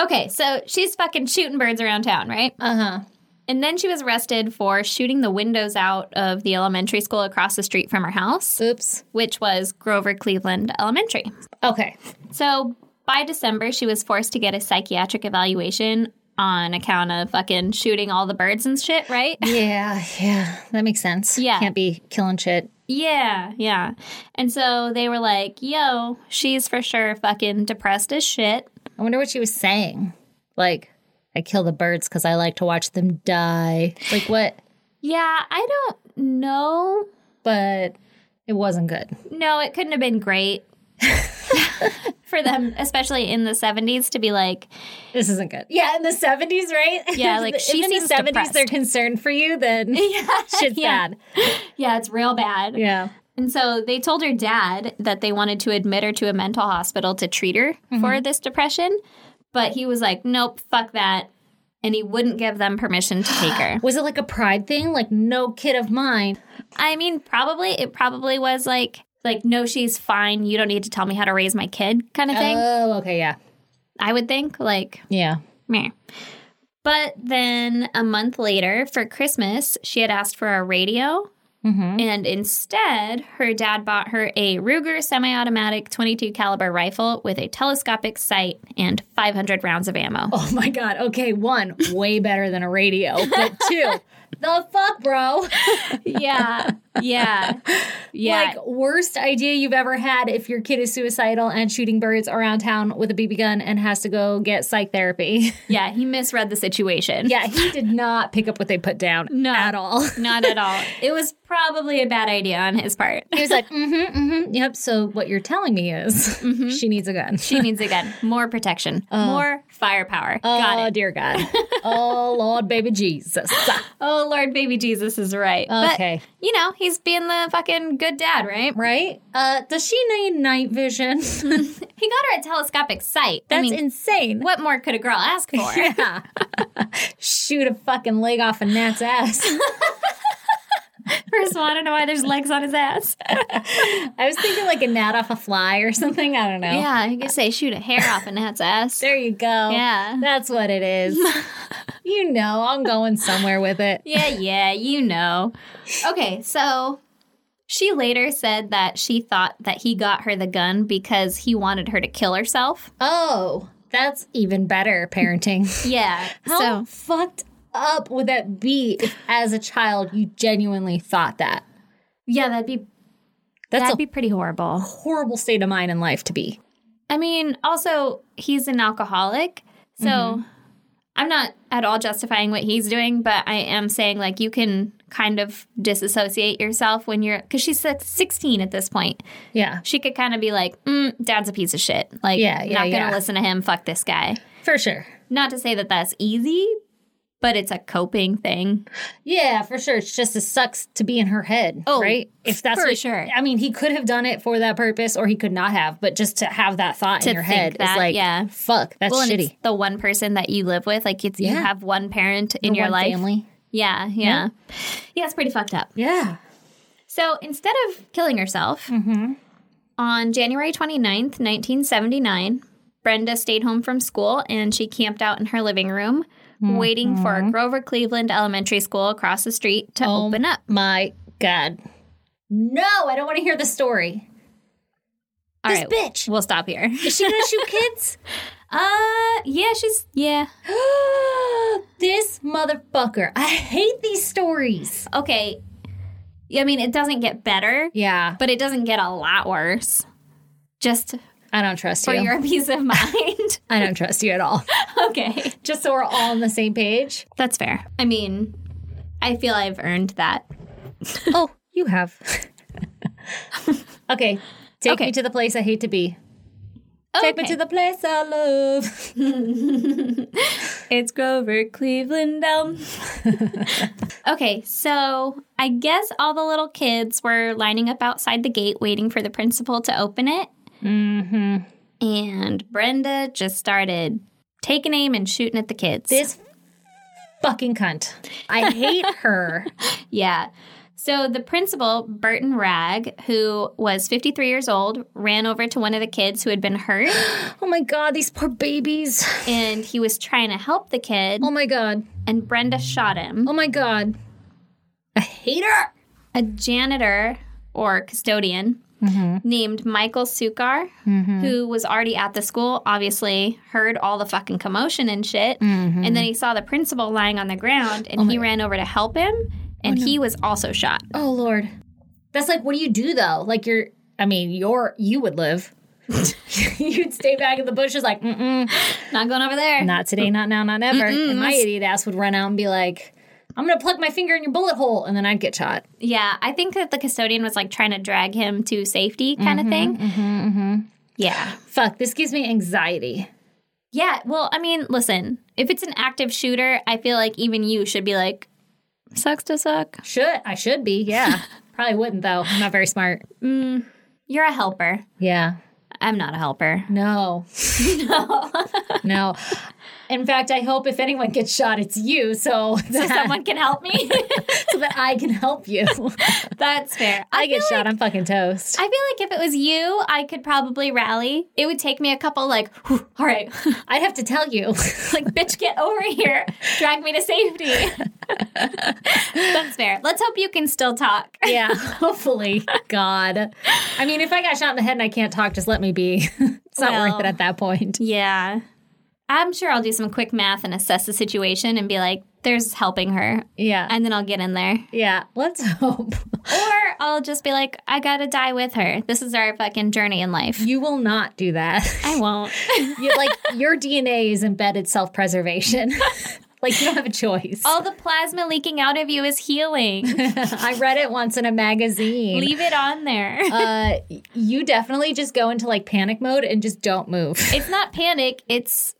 [SPEAKER 2] okay, so she's fucking shooting birds around town, right?
[SPEAKER 3] uh huh.
[SPEAKER 2] And then she was arrested for shooting the windows out of the elementary school across the street from her house,
[SPEAKER 3] Oops.
[SPEAKER 2] which was Grover Cleveland Elementary.
[SPEAKER 3] Okay.
[SPEAKER 2] So by December, she was forced to get a psychiatric evaluation on account of fucking shooting all the birds and shit, right?
[SPEAKER 3] Yeah, yeah. That makes sense.
[SPEAKER 2] Yeah.
[SPEAKER 3] Can't be killing shit.
[SPEAKER 2] Yeah, yeah. And so they were like, yo, she's for sure fucking depressed as shit.
[SPEAKER 3] I wonder what she was saying. Like, I kill the birds because I like to watch them die. Like, what?
[SPEAKER 2] Yeah, I don't know.
[SPEAKER 3] But it wasn't good.
[SPEAKER 2] No, it couldn't have been great for them, especially in the 70s, to be like,
[SPEAKER 3] This isn't good. Yeah, in the 70s, right?
[SPEAKER 2] Yeah, like, she
[SPEAKER 3] if in
[SPEAKER 2] seems
[SPEAKER 3] the 70s
[SPEAKER 2] depressed.
[SPEAKER 3] they're concerned for you, then shit's
[SPEAKER 2] yeah.
[SPEAKER 3] bad.
[SPEAKER 2] yeah, it's real bad.
[SPEAKER 3] Yeah.
[SPEAKER 2] And so they told her dad that they wanted to admit her to a mental hospital to treat her for this depression. But he was like, nope, fuck that. And he wouldn't give them permission to take her.
[SPEAKER 3] Was it like a pride thing? Like, no kid of mine.
[SPEAKER 2] I mean, probably it probably was like like no, she's fine. You don't need to tell me how to raise my kid, kind of thing.
[SPEAKER 3] Oh, okay, yeah.
[SPEAKER 2] I would think like
[SPEAKER 3] Yeah.
[SPEAKER 2] meh. But then a month later for Christmas, she had asked for a radio,
[SPEAKER 3] Mm-hmm.
[SPEAKER 2] and instead, her dad bought her a Ruger semi-automatic 22 caliber rifle with a telescopic sight and 500 rounds of ammo.
[SPEAKER 3] Oh my God. Okay, one, way better than a radio. But two, the fuck, bro?
[SPEAKER 2] Yeah, yeah, yeah.
[SPEAKER 3] Like, worst idea you've ever had if your kid is suicidal and shooting birds around town with a BB gun and has to go get psych therapy.
[SPEAKER 2] yeah, he misread the situation.
[SPEAKER 3] yeah, he did not pick up what they put down
[SPEAKER 2] No.
[SPEAKER 3] at all.
[SPEAKER 2] Not at all. It was probably a bad idea on his part.
[SPEAKER 3] He was like, mm hmm, mm hmm. Yep. So what you're telling me is she needs a gun.
[SPEAKER 2] Mm-hmm. She needs a gun, more protection,
[SPEAKER 3] Uh.
[SPEAKER 2] more firepower.
[SPEAKER 3] oh,
[SPEAKER 2] Got it.
[SPEAKER 3] dear God. oh, Lord, baby Jesus.
[SPEAKER 2] Oh, Lord, baby Jesus is right.
[SPEAKER 3] Okay.
[SPEAKER 2] But, you know, he's being the fucking good dad, right?
[SPEAKER 3] Right? Uh, does she need night vision? That's
[SPEAKER 2] He got her a telescopic sight. I mean,
[SPEAKER 3] insane.
[SPEAKER 2] what more could a girl ask for?
[SPEAKER 3] Yeah. Shoot a fucking leg off a gnat's ass.
[SPEAKER 2] First, want to know why there's legs on his ass.
[SPEAKER 3] I was thinking like a gnat off a fly or something. I don't know.
[SPEAKER 2] Yeah, you could say shoot a hair off a gnat's ass.
[SPEAKER 3] There you go.
[SPEAKER 2] Yeah.
[SPEAKER 3] That's what it is. you know, I'm going somewhere with it.
[SPEAKER 2] Yeah, yeah, you know. Okay, so she later said that she thought that he got her the gun because he wanted her to kill herself.
[SPEAKER 3] Oh, that's even better parenting.
[SPEAKER 2] Yeah.
[SPEAKER 3] How
[SPEAKER 2] So
[SPEAKER 3] fucked up would that be if, as a child, you genuinely thought that?
[SPEAKER 2] yeah, that'd be
[SPEAKER 3] That's
[SPEAKER 2] that'd
[SPEAKER 3] a
[SPEAKER 2] be pretty horrible.
[SPEAKER 3] horrible state of mind in life to be.
[SPEAKER 2] I mean, also he's an alcoholic, so
[SPEAKER 3] Mm-hmm.
[SPEAKER 2] I'm not at all justifying what he's doing, but I am saying like you can kind of disassociate yourself when you're because she's like, 16 at this point.
[SPEAKER 3] Yeah,
[SPEAKER 2] She could kind of be like, mm, "Dad's a piece of shit. Like,
[SPEAKER 3] Yeah, yeah,
[SPEAKER 2] not gonna
[SPEAKER 3] yeah.
[SPEAKER 2] listen to him. Fuck this guy."
[SPEAKER 3] for sure.
[SPEAKER 2] Not to say that that's easy, but it's a coping thing.
[SPEAKER 3] Yeah, for sure. It's just it sucks to be in her head.
[SPEAKER 2] Oh,
[SPEAKER 3] right? If that's
[SPEAKER 2] for
[SPEAKER 3] what-
[SPEAKER 2] sure.
[SPEAKER 3] I mean, he could have done it for that purpose, or he could not have. But just to have that thought
[SPEAKER 2] To
[SPEAKER 3] in your
[SPEAKER 2] think
[SPEAKER 3] head
[SPEAKER 2] that,
[SPEAKER 3] is like,
[SPEAKER 2] yeah.
[SPEAKER 3] fuck, that's
[SPEAKER 2] Well, and it's
[SPEAKER 3] shitty.
[SPEAKER 2] the one person that you live with, like it's you
[SPEAKER 3] Yeah.
[SPEAKER 2] have one parent in your
[SPEAKER 3] One
[SPEAKER 2] life.
[SPEAKER 3] family.
[SPEAKER 2] Yeah, yeah, yeah. It's pretty fucked up.
[SPEAKER 3] Yeah.
[SPEAKER 2] So instead of killing herself,
[SPEAKER 3] Mm-hmm.
[SPEAKER 2] on January 29th, 1979, Brenda stayed home from school and she camped out in her living room,
[SPEAKER 3] Mm-hmm.
[SPEAKER 2] waiting for Grover Cleveland Elementary School across the street to
[SPEAKER 3] Oh.
[SPEAKER 2] open up.
[SPEAKER 3] My God. No, I don't want to hear the story.
[SPEAKER 2] All
[SPEAKER 3] This bitch.
[SPEAKER 2] We'll stop here.
[SPEAKER 3] Is she gonna shoot kids?
[SPEAKER 2] Uh, yeah, she's, yeah.
[SPEAKER 3] this motherfucker. I hate these stories.
[SPEAKER 2] Okay. I mean, it doesn't get better,
[SPEAKER 3] Yeah,
[SPEAKER 2] but it doesn't get a lot worse. Just
[SPEAKER 3] I don't trust
[SPEAKER 2] for
[SPEAKER 3] you.
[SPEAKER 2] your peace of mind.
[SPEAKER 3] I don't trust you at all.
[SPEAKER 2] okay.
[SPEAKER 3] Just so we're all on the same page.
[SPEAKER 2] That's fair. I mean, I feel I've earned that.
[SPEAKER 3] oh, you have. okay, take
[SPEAKER 2] Okay.
[SPEAKER 3] me to the place I hate to be. Take me to the place I love.
[SPEAKER 2] It's Grover Cleveland. Um. okay, so I guess all the little kids were lining up outside the gate waiting for the principal to open it. Mm-hmm. And Brenda just started taking aim and shooting at the kids.
[SPEAKER 3] This fucking cunt. I hate her.
[SPEAKER 2] Yeah. So the principal, Burton Rag, who was 53 years old, ran over to one of the kids who had been hurt
[SPEAKER 3] Oh my god, these poor babies.
[SPEAKER 2] and he was trying to help the kid
[SPEAKER 3] Oh my god.
[SPEAKER 2] and Brenda shot him.
[SPEAKER 3] Oh my god. I hate her.
[SPEAKER 2] a janitor or custodian Mm-hmm. named Michael Sukar, who was already at the school, obviously heard all the fucking commotion and shit. And then he saw the principal lying on the ground and he ran over to help him. And he was also shot.
[SPEAKER 3] Oh lord. That's like what do you do though? Like you're I mean, you're you would live. You'd stay back in the bushes like, mm-mm.
[SPEAKER 2] Not going over there.
[SPEAKER 3] Not today, not now, not ever. and my idiot ass would run out and be like, I'm gonna plug my finger in your bullet hole, and then I'd get shot.
[SPEAKER 2] Yeah, I think that the custodian was like trying to drag him to safety, kind of thing. mm-hmm. Yeah.
[SPEAKER 3] Fuck, this gives me anxiety.
[SPEAKER 2] Yeah, well, I mean, listen, if it's an active shooter, I feel like even you should be like, sucks to suck.
[SPEAKER 3] Should I should be, yeah. Probably wouldn't though. I'm not very smart.
[SPEAKER 2] You're a helper.
[SPEAKER 3] Yeah.
[SPEAKER 2] I'm not a helper.
[SPEAKER 3] No. no. no. In fact, I hope if anyone gets shot, it's you, so
[SPEAKER 2] So
[SPEAKER 3] that,
[SPEAKER 2] someone can help me.
[SPEAKER 3] so that I can help you.
[SPEAKER 2] That's fair. I,
[SPEAKER 3] I get
[SPEAKER 2] feel
[SPEAKER 3] shot,
[SPEAKER 2] Like,
[SPEAKER 3] I'm fucking toast.
[SPEAKER 2] I feel like if it was you, I could probably rally. It would take me a couple, like, "Whew, all right,
[SPEAKER 3] I'd have to tell you.
[SPEAKER 2] like, bitch, get over here, drag me to safety. That's fair. Let's hope you can still talk.
[SPEAKER 3] yeah, hopefully. God. I mean, if I got shot in the head and I can't talk, just let me be. it's not
[SPEAKER 2] Well.
[SPEAKER 3] worth it at that point.
[SPEAKER 2] Yeah. I'm sure I'll do some quick math and assess the situation and be like, there's helping her.
[SPEAKER 3] Yeah.
[SPEAKER 2] And then I'll get in there.
[SPEAKER 3] yeah. Let's hope.
[SPEAKER 2] Or I'll just be like, I gotta die with her. This is our fucking journey in life.
[SPEAKER 3] You will not do that.
[SPEAKER 2] I won't.
[SPEAKER 3] you like your DNA is embedded self preservation. like you don't have a choice.
[SPEAKER 2] All the plasma leaking out of you is healing.
[SPEAKER 3] I read it once in a magazine.
[SPEAKER 2] Leave it on there.
[SPEAKER 3] uh, you definitely just go into like panic mode and just don't move.
[SPEAKER 2] it's not panic. It's,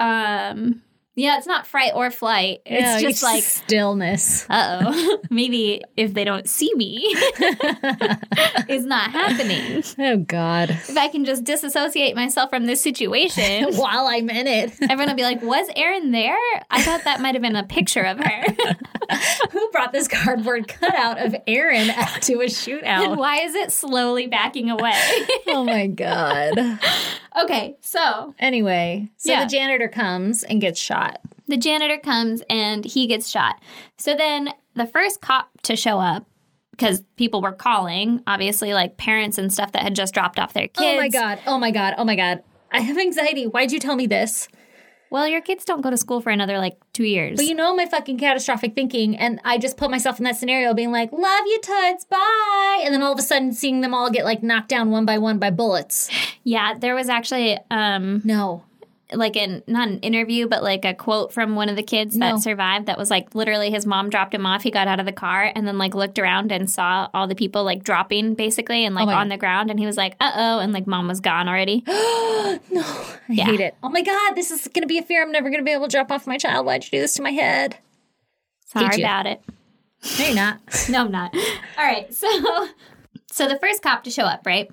[SPEAKER 2] um, yeah, it's not fright or flight. It's
[SPEAKER 3] No, you
[SPEAKER 2] just like,
[SPEAKER 3] stillness.
[SPEAKER 2] uh oh, maybe if they don't see me, it's not happening.
[SPEAKER 3] Oh God!
[SPEAKER 2] If I can just disassociate myself from this situation,
[SPEAKER 3] While I'm in it,
[SPEAKER 2] everyone will be like, was Erin there? I thought that might have been a picture of her.
[SPEAKER 3] who brought this cardboard cutout of Aaron out to a shootout?
[SPEAKER 2] and why is it slowly backing away?
[SPEAKER 3] Oh my God!
[SPEAKER 2] okay, so
[SPEAKER 3] Anyway, so
[SPEAKER 2] Yeah.
[SPEAKER 3] the janitor comes and gets shot.
[SPEAKER 2] the janitor comes and he gets shot. So then the first cop to show up, because people were calling, obviously, like parents and stuff that had just dropped off their kids.
[SPEAKER 3] Oh my God! Oh my God! Oh my God! I have anxiety. Why'd you tell me this?
[SPEAKER 2] Well, your kids don't go to school for another like two years.
[SPEAKER 3] But you know my fucking catastrophic thinking, and I just put myself in that scenario, being like, "Love you, toots, bye," and then all of a sudden seeing them all get like knocked down one by one by bullets.
[SPEAKER 2] yeah, there was actually um
[SPEAKER 3] No,
[SPEAKER 2] like an not an interview, but like a quote from one of the kids
[SPEAKER 3] No.
[SPEAKER 2] that survived that was like literally his mom dropped him off. He got out of the car and then like looked around and saw all the people like dropping basically and like
[SPEAKER 3] Oh my
[SPEAKER 2] on
[SPEAKER 3] God.
[SPEAKER 2] the ground and he was like, uh oh, and like mom was gone already.
[SPEAKER 3] I hate it. Oh my god, this is gonna be a fear. I'm never gonna be able to drop off my child. Why'd you do this to my head?
[SPEAKER 2] Sorry
[SPEAKER 3] you?
[SPEAKER 2] about it.
[SPEAKER 3] No, you're not.
[SPEAKER 2] No, I'm not. All right. So so the first cop to show up, right?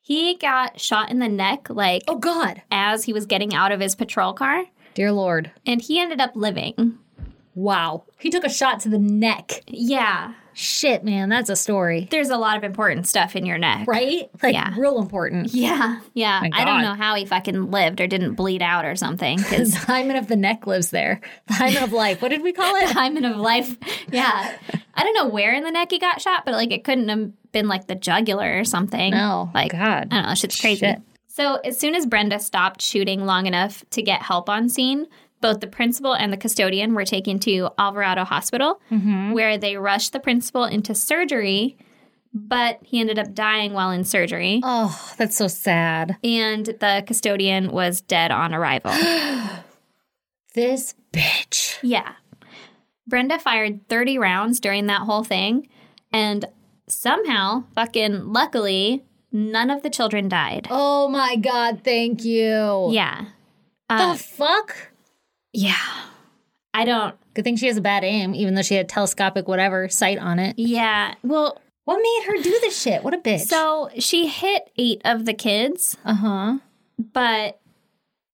[SPEAKER 2] He got shot in the neck like
[SPEAKER 3] Oh god,
[SPEAKER 2] as he was getting out of his patrol car
[SPEAKER 3] dear lord.
[SPEAKER 2] and he ended up living.
[SPEAKER 3] Wow, he took a shot to the neck.
[SPEAKER 2] Yeah.
[SPEAKER 3] Shit, man, that's a story,
[SPEAKER 2] There's a lot of important stuff in your neck.
[SPEAKER 3] right? Like
[SPEAKER 2] Yeah.
[SPEAKER 3] real important.
[SPEAKER 2] Yeah, yeah.
[SPEAKER 3] My
[SPEAKER 2] I don't
[SPEAKER 3] God.
[SPEAKER 2] know how he fucking lived or didn't bleed out or something.
[SPEAKER 3] The
[SPEAKER 2] 'cause
[SPEAKER 3] hymen of the neck lives there. The hymen of life. What did we call it?
[SPEAKER 2] hymen of life. Yeah, I don't know where in the neck he got shot, but like it couldn't have been like the jugular or something.
[SPEAKER 3] No,
[SPEAKER 2] like
[SPEAKER 3] God.
[SPEAKER 2] I don't know. Shit's crazy.
[SPEAKER 3] Shit.
[SPEAKER 2] So as soon as Brenda stopped shooting long enough to get help on scene, both the principal and the custodian were taken to Alvarado Hospital,
[SPEAKER 3] Mm-hmm.
[SPEAKER 2] where they rushed the principal into surgery, but he ended up dying while in surgery.
[SPEAKER 3] Oh, that's so sad.
[SPEAKER 2] and the custodian was dead on arrival.
[SPEAKER 3] This bitch.
[SPEAKER 2] yeah. Brenda fired 30 rounds during that whole thing and somehow, fucking luckily, None of the children died.
[SPEAKER 3] Oh my god, thank you.
[SPEAKER 2] Yeah.
[SPEAKER 3] The
[SPEAKER 2] Uh,
[SPEAKER 3] fuck?
[SPEAKER 2] yeah. I don't.
[SPEAKER 3] Good thing she has a bad aim, even though she had telescopic whatever sight on it.
[SPEAKER 2] Yeah. Well,
[SPEAKER 3] What made her do this shit? What a bitch.
[SPEAKER 2] so she hit eight of the kids,
[SPEAKER 3] uh huh.
[SPEAKER 2] but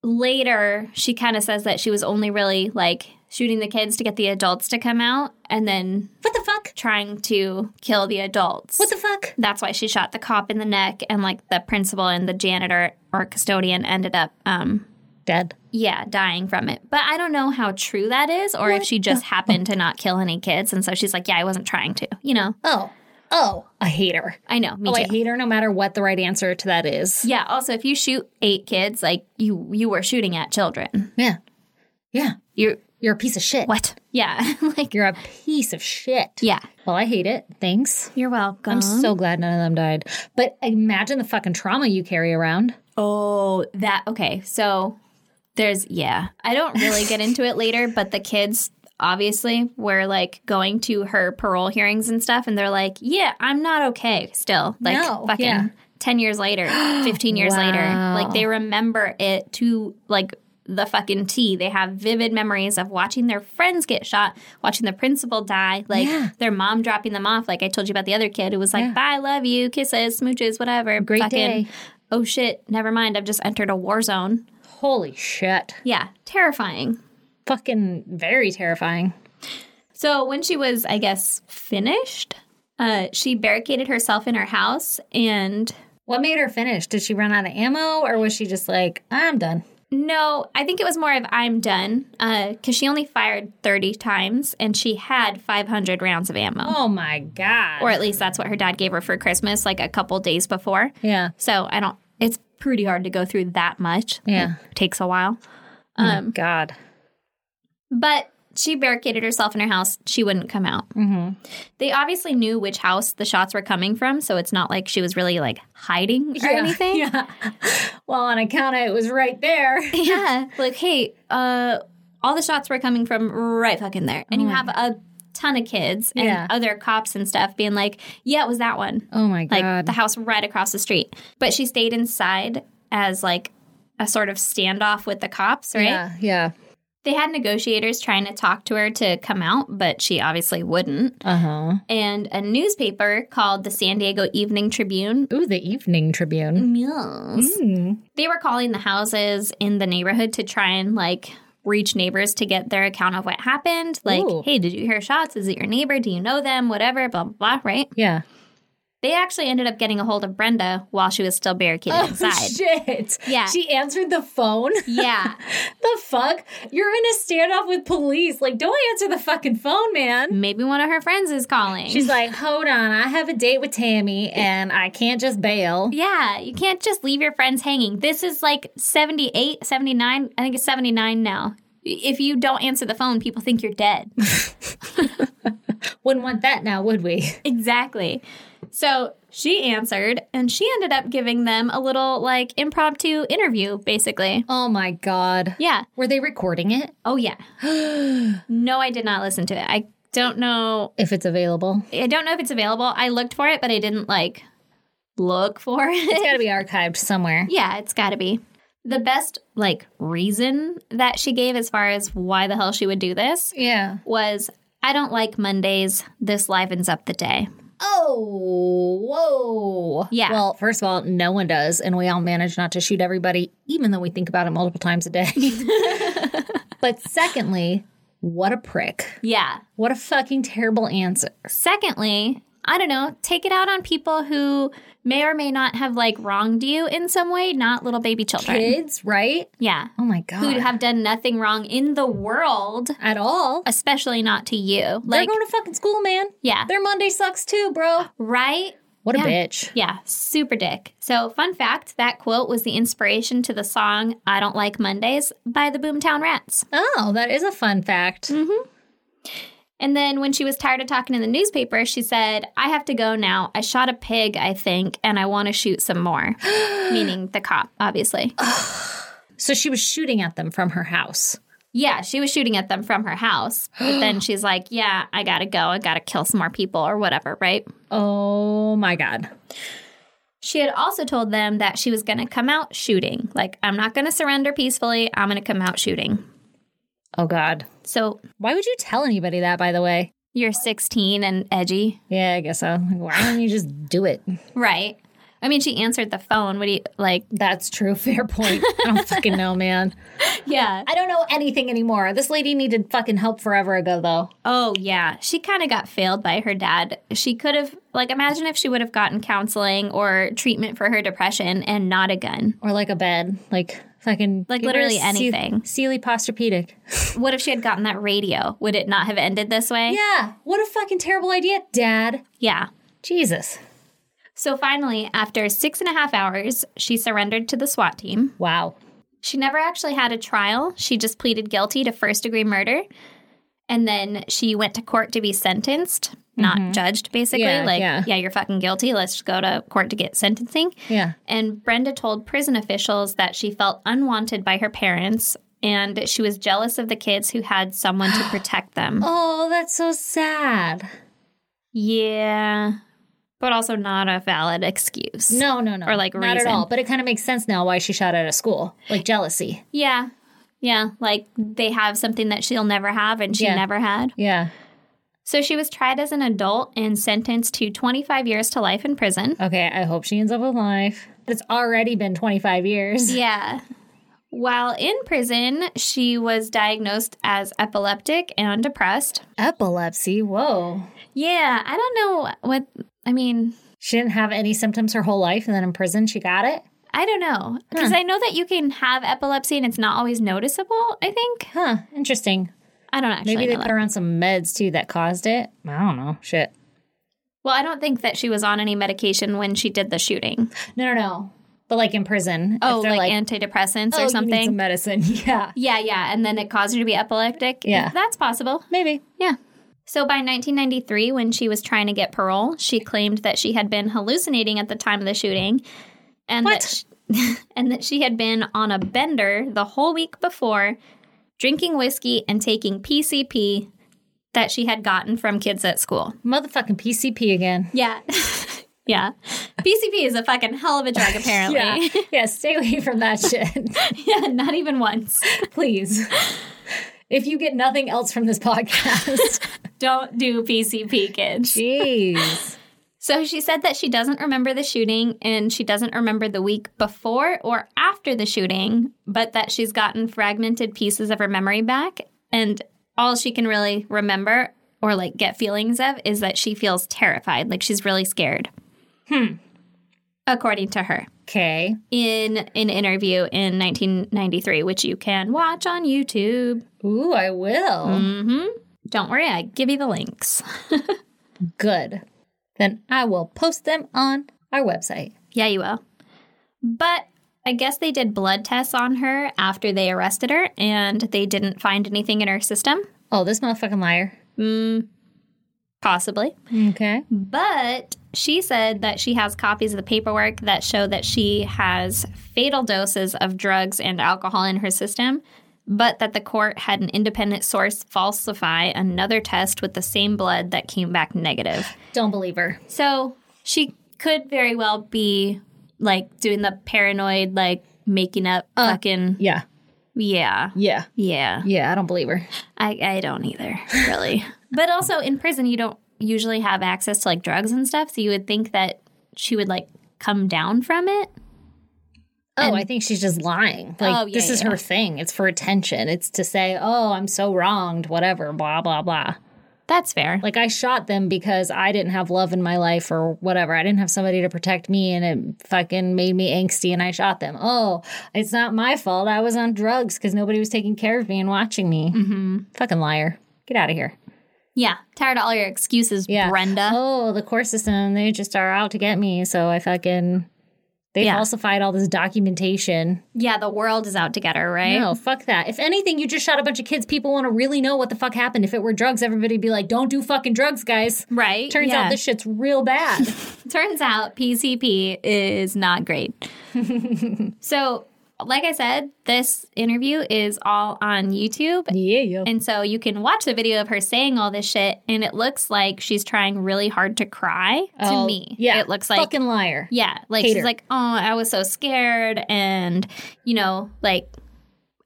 [SPEAKER 2] later she kind of says that she was only really like shooting the kids to get the adults to come out and then
[SPEAKER 3] What the fuck?
[SPEAKER 2] trying to kill the adults.
[SPEAKER 3] What the fuck?
[SPEAKER 2] That's why she shot the cop in the neck and like the principal and the janitor or custodian ended up um
[SPEAKER 3] Dead.
[SPEAKER 2] yeah, dying from it. But I don't know how true that is or if she just happened to not kill any kids and so she's like, yeah, I wasn't trying to. You know.
[SPEAKER 3] Oh. Oh, I hate her.
[SPEAKER 2] I know, me
[SPEAKER 3] Oh, I
[SPEAKER 2] too.
[SPEAKER 3] hate her no matter what the right answer to that is.
[SPEAKER 2] yeah, also if you shoot 8 kids, like you you were shooting at children.
[SPEAKER 3] Yeah. Yeah.
[SPEAKER 2] You're
[SPEAKER 3] You're a piece of shit.
[SPEAKER 2] what? Yeah. like
[SPEAKER 3] You're a piece of shit.
[SPEAKER 2] yeah.
[SPEAKER 3] Well, I hate it. Thanks.
[SPEAKER 2] You're welcome.
[SPEAKER 3] I'm so glad none of them died. But imagine the fucking trauma you carry around.
[SPEAKER 2] Oh, that okay. So there's yeah. I don't really get into it later, but the kids obviously were like going to her parole hearings and stuff and they're like, "Yeah, I'm not okay still." Like
[SPEAKER 3] No,
[SPEAKER 2] fucking
[SPEAKER 3] yeah.
[SPEAKER 2] 10 years later, 15 years
[SPEAKER 3] Wow.
[SPEAKER 2] later. Like they remember it to like the fucking T. They have vivid memories of watching their friends get shot, watching the principal die, like
[SPEAKER 3] Yeah.
[SPEAKER 2] their mom dropping them off. Like I told you about the other kid who was like, bye, love you, kisses, smooches, whatever.
[SPEAKER 3] Great day.
[SPEAKER 2] Oh shit, never mind. I've just entered a war zone.
[SPEAKER 3] Holy shit.
[SPEAKER 2] Yeah, terrifying.
[SPEAKER 3] Fucking very terrifying.
[SPEAKER 2] So when she was, I guess, finished, uh, she barricaded herself in her house and
[SPEAKER 3] What made her finish? Did she run out of ammo or was she just like, I'm done?
[SPEAKER 2] No, I think it was more of I'm done because she only fired 30 times and she had 500 rounds of ammo.
[SPEAKER 3] Oh my God.
[SPEAKER 2] Or at least that's what her dad gave her for Christmas, like a couple days before.
[SPEAKER 3] yeah.
[SPEAKER 2] So I don't, it's pretty hard to go through that much.
[SPEAKER 3] Yeah.
[SPEAKER 2] It takes a while.
[SPEAKER 3] Oh, God.
[SPEAKER 2] But she barricaded herself in her house. She wouldn't come out. Mm-hmm. They obviously knew which house the shots were coming from. So it's not like she was really like hiding or anything.
[SPEAKER 3] Yeah. Well, on account of it was right there.
[SPEAKER 2] yeah. Like, hey, uh, all the shots were coming from right fucking there. And you have a ton of kids and
[SPEAKER 3] Mm-hmm. Yeah.
[SPEAKER 2] other cops and stuff being like, yeah, it was that one.
[SPEAKER 3] Oh my
[SPEAKER 2] like
[SPEAKER 3] God.
[SPEAKER 2] the house right across the street. But she stayed inside as like a sort of standoff with the cops, right?
[SPEAKER 3] Yeah. Yeah.
[SPEAKER 2] They had negotiators trying to talk to her to come out, but she obviously wouldn't.
[SPEAKER 3] Uh huh.
[SPEAKER 2] And a newspaper called the San Diego Evening Tribune.
[SPEAKER 3] Ooh, the Evening Tribune.
[SPEAKER 2] Yes they were calling the houses in the neighborhood to try and like reach neighbors to get their account of what happened. Like,
[SPEAKER 3] Ooh.
[SPEAKER 2] hey, did you hear shots? Is it your neighbor? Do you know them? Whatever, blah, blah, blah, right?
[SPEAKER 3] Yeah.
[SPEAKER 2] They actually ended up getting a hold of Brenda while she was still barricaded
[SPEAKER 3] Oh,
[SPEAKER 2] inside.
[SPEAKER 3] Shit.
[SPEAKER 2] Yeah.
[SPEAKER 3] She answered the phone.
[SPEAKER 2] Yeah.
[SPEAKER 3] the fuck? You're in a standoff with police. Like, don't answer the fucking phone, man.
[SPEAKER 2] Maybe one of her friends is calling.
[SPEAKER 3] She's like, hold on, I have a date with Tammy and I can't just bail.
[SPEAKER 2] yeah, you can't just leave your friends hanging. This is like 78, 79. I think it's 79 now. If you don't answer the phone, people think you're dead.
[SPEAKER 3] Wouldn't want that now, would we?
[SPEAKER 2] Exactly. So she answered, and she ended up giving them a little like impromptu interview, basically.
[SPEAKER 3] Oh my God.
[SPEAKER 2] Yeah.
[SPEAKER 3] Were they recording it?
[SPEAKER 2] Oh, yeah. no, I did not listen to it. I don't know.
[SPEAKER 3] If it's available,
[SPEAKER 2] I don't know if it's available. I looked for it, but I didn't like look for
[SPEAKER 3] it's
[SPEAKER 2] it.
[SPEAKER 3] got to be archived somewhere.
[SPEAKER 2] yeah, it's got to be. The best like reason that she gave as far as why the hell she would do this
[SPEAKER 3] Yeah.
[SPEAKER 2] was I don't like Mondays. This livens up the day.
[SPEAKER 3] Oh, whoa.
[SPEAKER 2] Yeah.
[SPEAKER 3] Well, first of all, no one does, and we all manage not to shoot everybody, even though we think about it multiple times a day. but secondly, what a prick.
[SPEAKER 2] Yeah.
[SPEAKER 3] What a fucking terrible answer.
[SPEAKER 2] Secondly, I don't know, take it out on people who may or may not have like wronged you in some way, not little baby children.
[SPEAKER 3] Kids, right?
[SPEAKER 2] Yeah.
[SPEAKER 3] Oh my God.
[SPEAKER 2] Who have done nothing wrong in the world,
[SPEAKER 3] At all.
[SPEAKER 2] especially not to you.
[SPEAKER 3] They're
[SPEAKER 2] Like,
[SPEAKER 3] going to fucking school, man.
[SPEAKER 2] yeah.
[SPEAKER 3] Their Monday sucks too, bro.
[SPEAKER 2] Right?
[SPEAKER 3] What
[SPEAKER 2] Yeah.
[SPEAKER 3] a bitch.
[SPEAKER 2] Yeah, super dick. So, fun fact that quote was the inspiration to the song I Don't Like Mondays by the Boomtown Rats.
[SPEAKER 3] Oh, that is a fun fact.
[SPEAKER 2] And then when she was tired of talking in the newspaper, she said, I have to go now. I shot a pig, I think, and I want to shoot some more. Meaning the cop, obviously.
[SPEAKER 3] So she was shooting at them from her house.
[SPEAKER 2] Yeah, she was shooting at them from her house. But then she's like, Yeah, I gotta go. I gotta kill some more people or whatever, right?
[SPEAKER 3] Oh my God.
[SPEAKER 2] She had also told them that she was going to come out shooting. Like, I'm not going to surrender peacefully. I'm going to come out shooting.
[SPEAKER 3] Oh, God.
[SPEAKER 2] So
[SPEAKER 3] Why would you tell anybody that, by the way?
[SPEAKER 2] you're 16 and edgy.
[SPEAKER 3] Yeah, I guess so. Like, why don't you just do it?
[SPEAKER 2] Right. I mean, she answered the phone. What do you like?
[SPEAKER 3] That's true. Fair point. I don't fucking know, man.
[SPEAKER 2] Yeah.
[SPEAKER 3] I don't know anything anymore. This lady needed fucking help forever ago, though.
[SPEAKER 2] Oh, yeah. She kind of got failed by her dad. She could have, like, imagine if she would have gotten counseling or treatment for her depression and not a gun.
[SPEAKER 3] Or like a bed. Like fucking.
[SPEAKER 2] Like
[SPEAKER 3] give her
[SPEAKER 2] literally
[SPEAKER 3] a ce-
[SPEAKER 2] anything.
[SPEAKER 3] Sealy posturpedic.
[SPEAKER 2] What if she had gotten that radio? Would it not have ended this way?
[SPEAKER 3] Yeah. What a fucking terrible idea, Dad.
[SPEAKER 2] Yeah.
[SPEAKER 3] Jesus.
[SPEAKER 2] So finally, after six and a half hours, she surrendered to the SWAT team.
[SPEAKER 3] Wow.
[SPEAKER 2] She never actually had a trial. She just pleaded guilty to first degree murder. And then she went to court to be sentenced, not judged, basically.
[SPEAKER 3] Mm-hmm. Yeah,
[SPEAKER 2] like,
[SPEAKER 3] yeah.
[SPEAKER 2] yeah, you're fucking guilty. Let's just go to court to get sentencing.
[SPEAKER 3] Yeah.
[SPEAKER 2] And Brenda told prison officials that she felt unwanted by her parents and she was jealous of the kids who had someone to protect them.
[SPEAKER 3] Oh, that's so sad.
[SPEAKER 2] Yeah. But also not a valid excuse.
[SPEAKER 3] No, no, no.
[SPEAKER 2] Or, like,
[SPEAKER 3] not
[SPEAKER 2] reason.
[SPEAKER 3] at all. But it kind of makes sense now why she shot out of school. Like jealousy.
[SPEAKER 2] Yeah. Yeah. Like they have something that she'll never have and she
[SPEAKER 3] Yeah.
[SPEAKER 2] never had.
[SPEAKER 3] Yeah.
[SPEAKER 2] So she was tried as an adult and sentenced to 25 years to life in prison.
[SPEAKER 3] Okay, I hope she ends up with life. It's already been 25 years.
[SPEAKER 2] Yeah. While in prison, she was diagnosed as epileptic and depressed.
[SPEAKER 3] Epilepsy, whoa.
[SPEAKER 2] Yeah, I don't know what I mean.
[SPEAKER 3] She didn't have any symptoms her whole life, and then in prison, she got it?
[SPEAKER 2] I don't know because I know that you can have epilepsy and it's not always noticeable. I think
[SPEAKER 3] Huh, interesting.
[SPEAKER 2] I don't actually
[SPEAKER 3] Maybe
[SPEAKER 2] know
[SPEAKER 3] they
[SPEAKER 2] that.
[SPEAKER 3] put her on some meds too that caused it. I don't know. Shit.
[SPEAKER 2] Well, I don't think that she was on any medication when she did the shooting.
[SPEAKER 3] No, no, no. But like in prison,
[SPEAKER 2] Oh,
[SPEAKER 3] if they're
[SPEAKER 2] like, antidepressants
[SPEAKER 3] "Oh,
[SPEAKER 2] or
[SPEAKER 3] you need
[SPEAKER 2] something.
[SPEAKER 3] some medicine. Yeah,
[SPEAKER 2] yeah, yeah, and then it caused her to be epileptic.
[SPEAKER 3] Yeah.
[SPEAKER 2] that's possible.
[SPEAKER 3] maybe.
[SPEAKER 2] Yeah. So by 1993, when she was trying to get parole, she claimed that she had been hallucinating at the time of the shooting, and that
[SPEAKER 3] What?
[SPEAKER 2] she, and that she had been on a bender the whole week before, drinking whiskey and taking PCP that she had gotten from kids at school.
[SPEAKER 3] Motherfucking PCP again.
[SPEAKER 2] Yeah. yeah. PCP is a fucking hell of a drug, apparently.
[SPEAKER 3] Yeah, yeah. Stay away from that shit,
[SPEAKER 2] yeah, not even once.
[SPEAKER 3] please. If you get nothing else from this podcast,
[SPEAKER 2] Don't do PCP, kids.
[SPEAKER 3] jeez.
[SPEAKER 2] So she said that she doesn't remember the shooting and she doesn't remember the week before or after the shooting, but that she's gotten fragmented pieces of her memory back. And all she can really remember or like get feelings of is that she feels terrified, like she's really scared. Hmm. According to her
[SPEAKER 3] Okay.
[SPEAKER 2] in an interview in 1993, which you can watch on YouTube.
[SPEAKER 3] Ooh, I will.
[SPEAKER 2] Mm. Don't worry, I give you the links.
[SPEAKER 3] Good. Then I will post them on our website.
[SPEAKER 2] Yeah, you will. But I guess they did blood tests on her after they arrested her and they didn't find anything in her system,
[SPEAKER 3] Oh, this motherfucking liar.
[SPEAKER 2] possibly.
[SPEAKER 3] Okay.
[SPEAKER 2] But she said that she has copies of the paperwork that show that she has fatal doses of drugs and alcohol in her system, but that the court had an independent source falsify another test with the same blood that came back negative.
[SPEAKER 3] Don't believe her.
[SPEAKER 2] So she could very well be like doing the paranoid, like making up fucking
[SPEAKER 3] Yeah.
[SPEAKER 2] yeah,
[SPEAKER 3] Yeah.
[SPEAKER 2] yeah.
[SPEAKER 3] Yeah, I don't believe her.
[SPEAKER 2] I I don't either really. but also in prison, you don't usually have access to like drugs and stuff, so you would think that she would like come down from it.
[SPEAKER 3] Oh, I think she's just lying. Like
[SPEAKER 2] Oh, yeah,
[SPEAKER 3] this is
[SPEAKER 2] yeah.
[SPEAKER 3] her thing. It's for attention. It's to say, "Oh, I'm so wronged, whatever, blah blah blah."
[SPEAKER 2] That's fair.
[SPEAKER 3] Like I shot them because I didn't have love in my life or whatever. I didn't have somebody to protect me and it fucking made me angsty and I shot them. Oh, it's not my fault. I was on drugs cuz nobody was taking care of me and watching me. Mm-hmm. Fucking liar. Get out of here.
[SPEAKER 2] yeah, tired of all your excuses,
[SPEAKER 3] Yeah.
[SPEAKER 2] Brenda.
[SPEAKER 3] Oh, the court system, they just are out to get me. So I fucking they
[SPEAKER 2] Yeah.
[SPEAKER 3] falsified all this documentation.
[SPEAKER 2] Yeah, the world is out to get her, right?
[SPEAKER 3] No, fuck that. If anything, you just shot a bunch of kids. People want to really know what the fuck happened. If it were drugs, everybody'd be like, don't do fucking drugs, guys.
[SPEAKER 2] Right?
[SPEAKER 3] Turns
[SPEAKER 2] Yeah.
[SPEAKER 3] out this shit's real bad.
[SPEAKER 2] Turns out PCP is not great. so like I said, this interview is all on YouTube.
[SPEAKER 3] Yeah.
[SPEAKER 2] And so you can watch the video of her saying all this shit, and it looks like she's trying really hard to cry to
[SPEAKER 3] Oh,
[SPEAKER 2] me.
[SPEAKER 3] yeah.
[SPEAKER 2] It looks like
[SPEAKER 3] Fucking liar.
[SPEAKER 2] Yeah. Like
[SPEAKER 3] Hater.
[SPEAKER 2] she's like, oh, I was so scared. And, you know, like,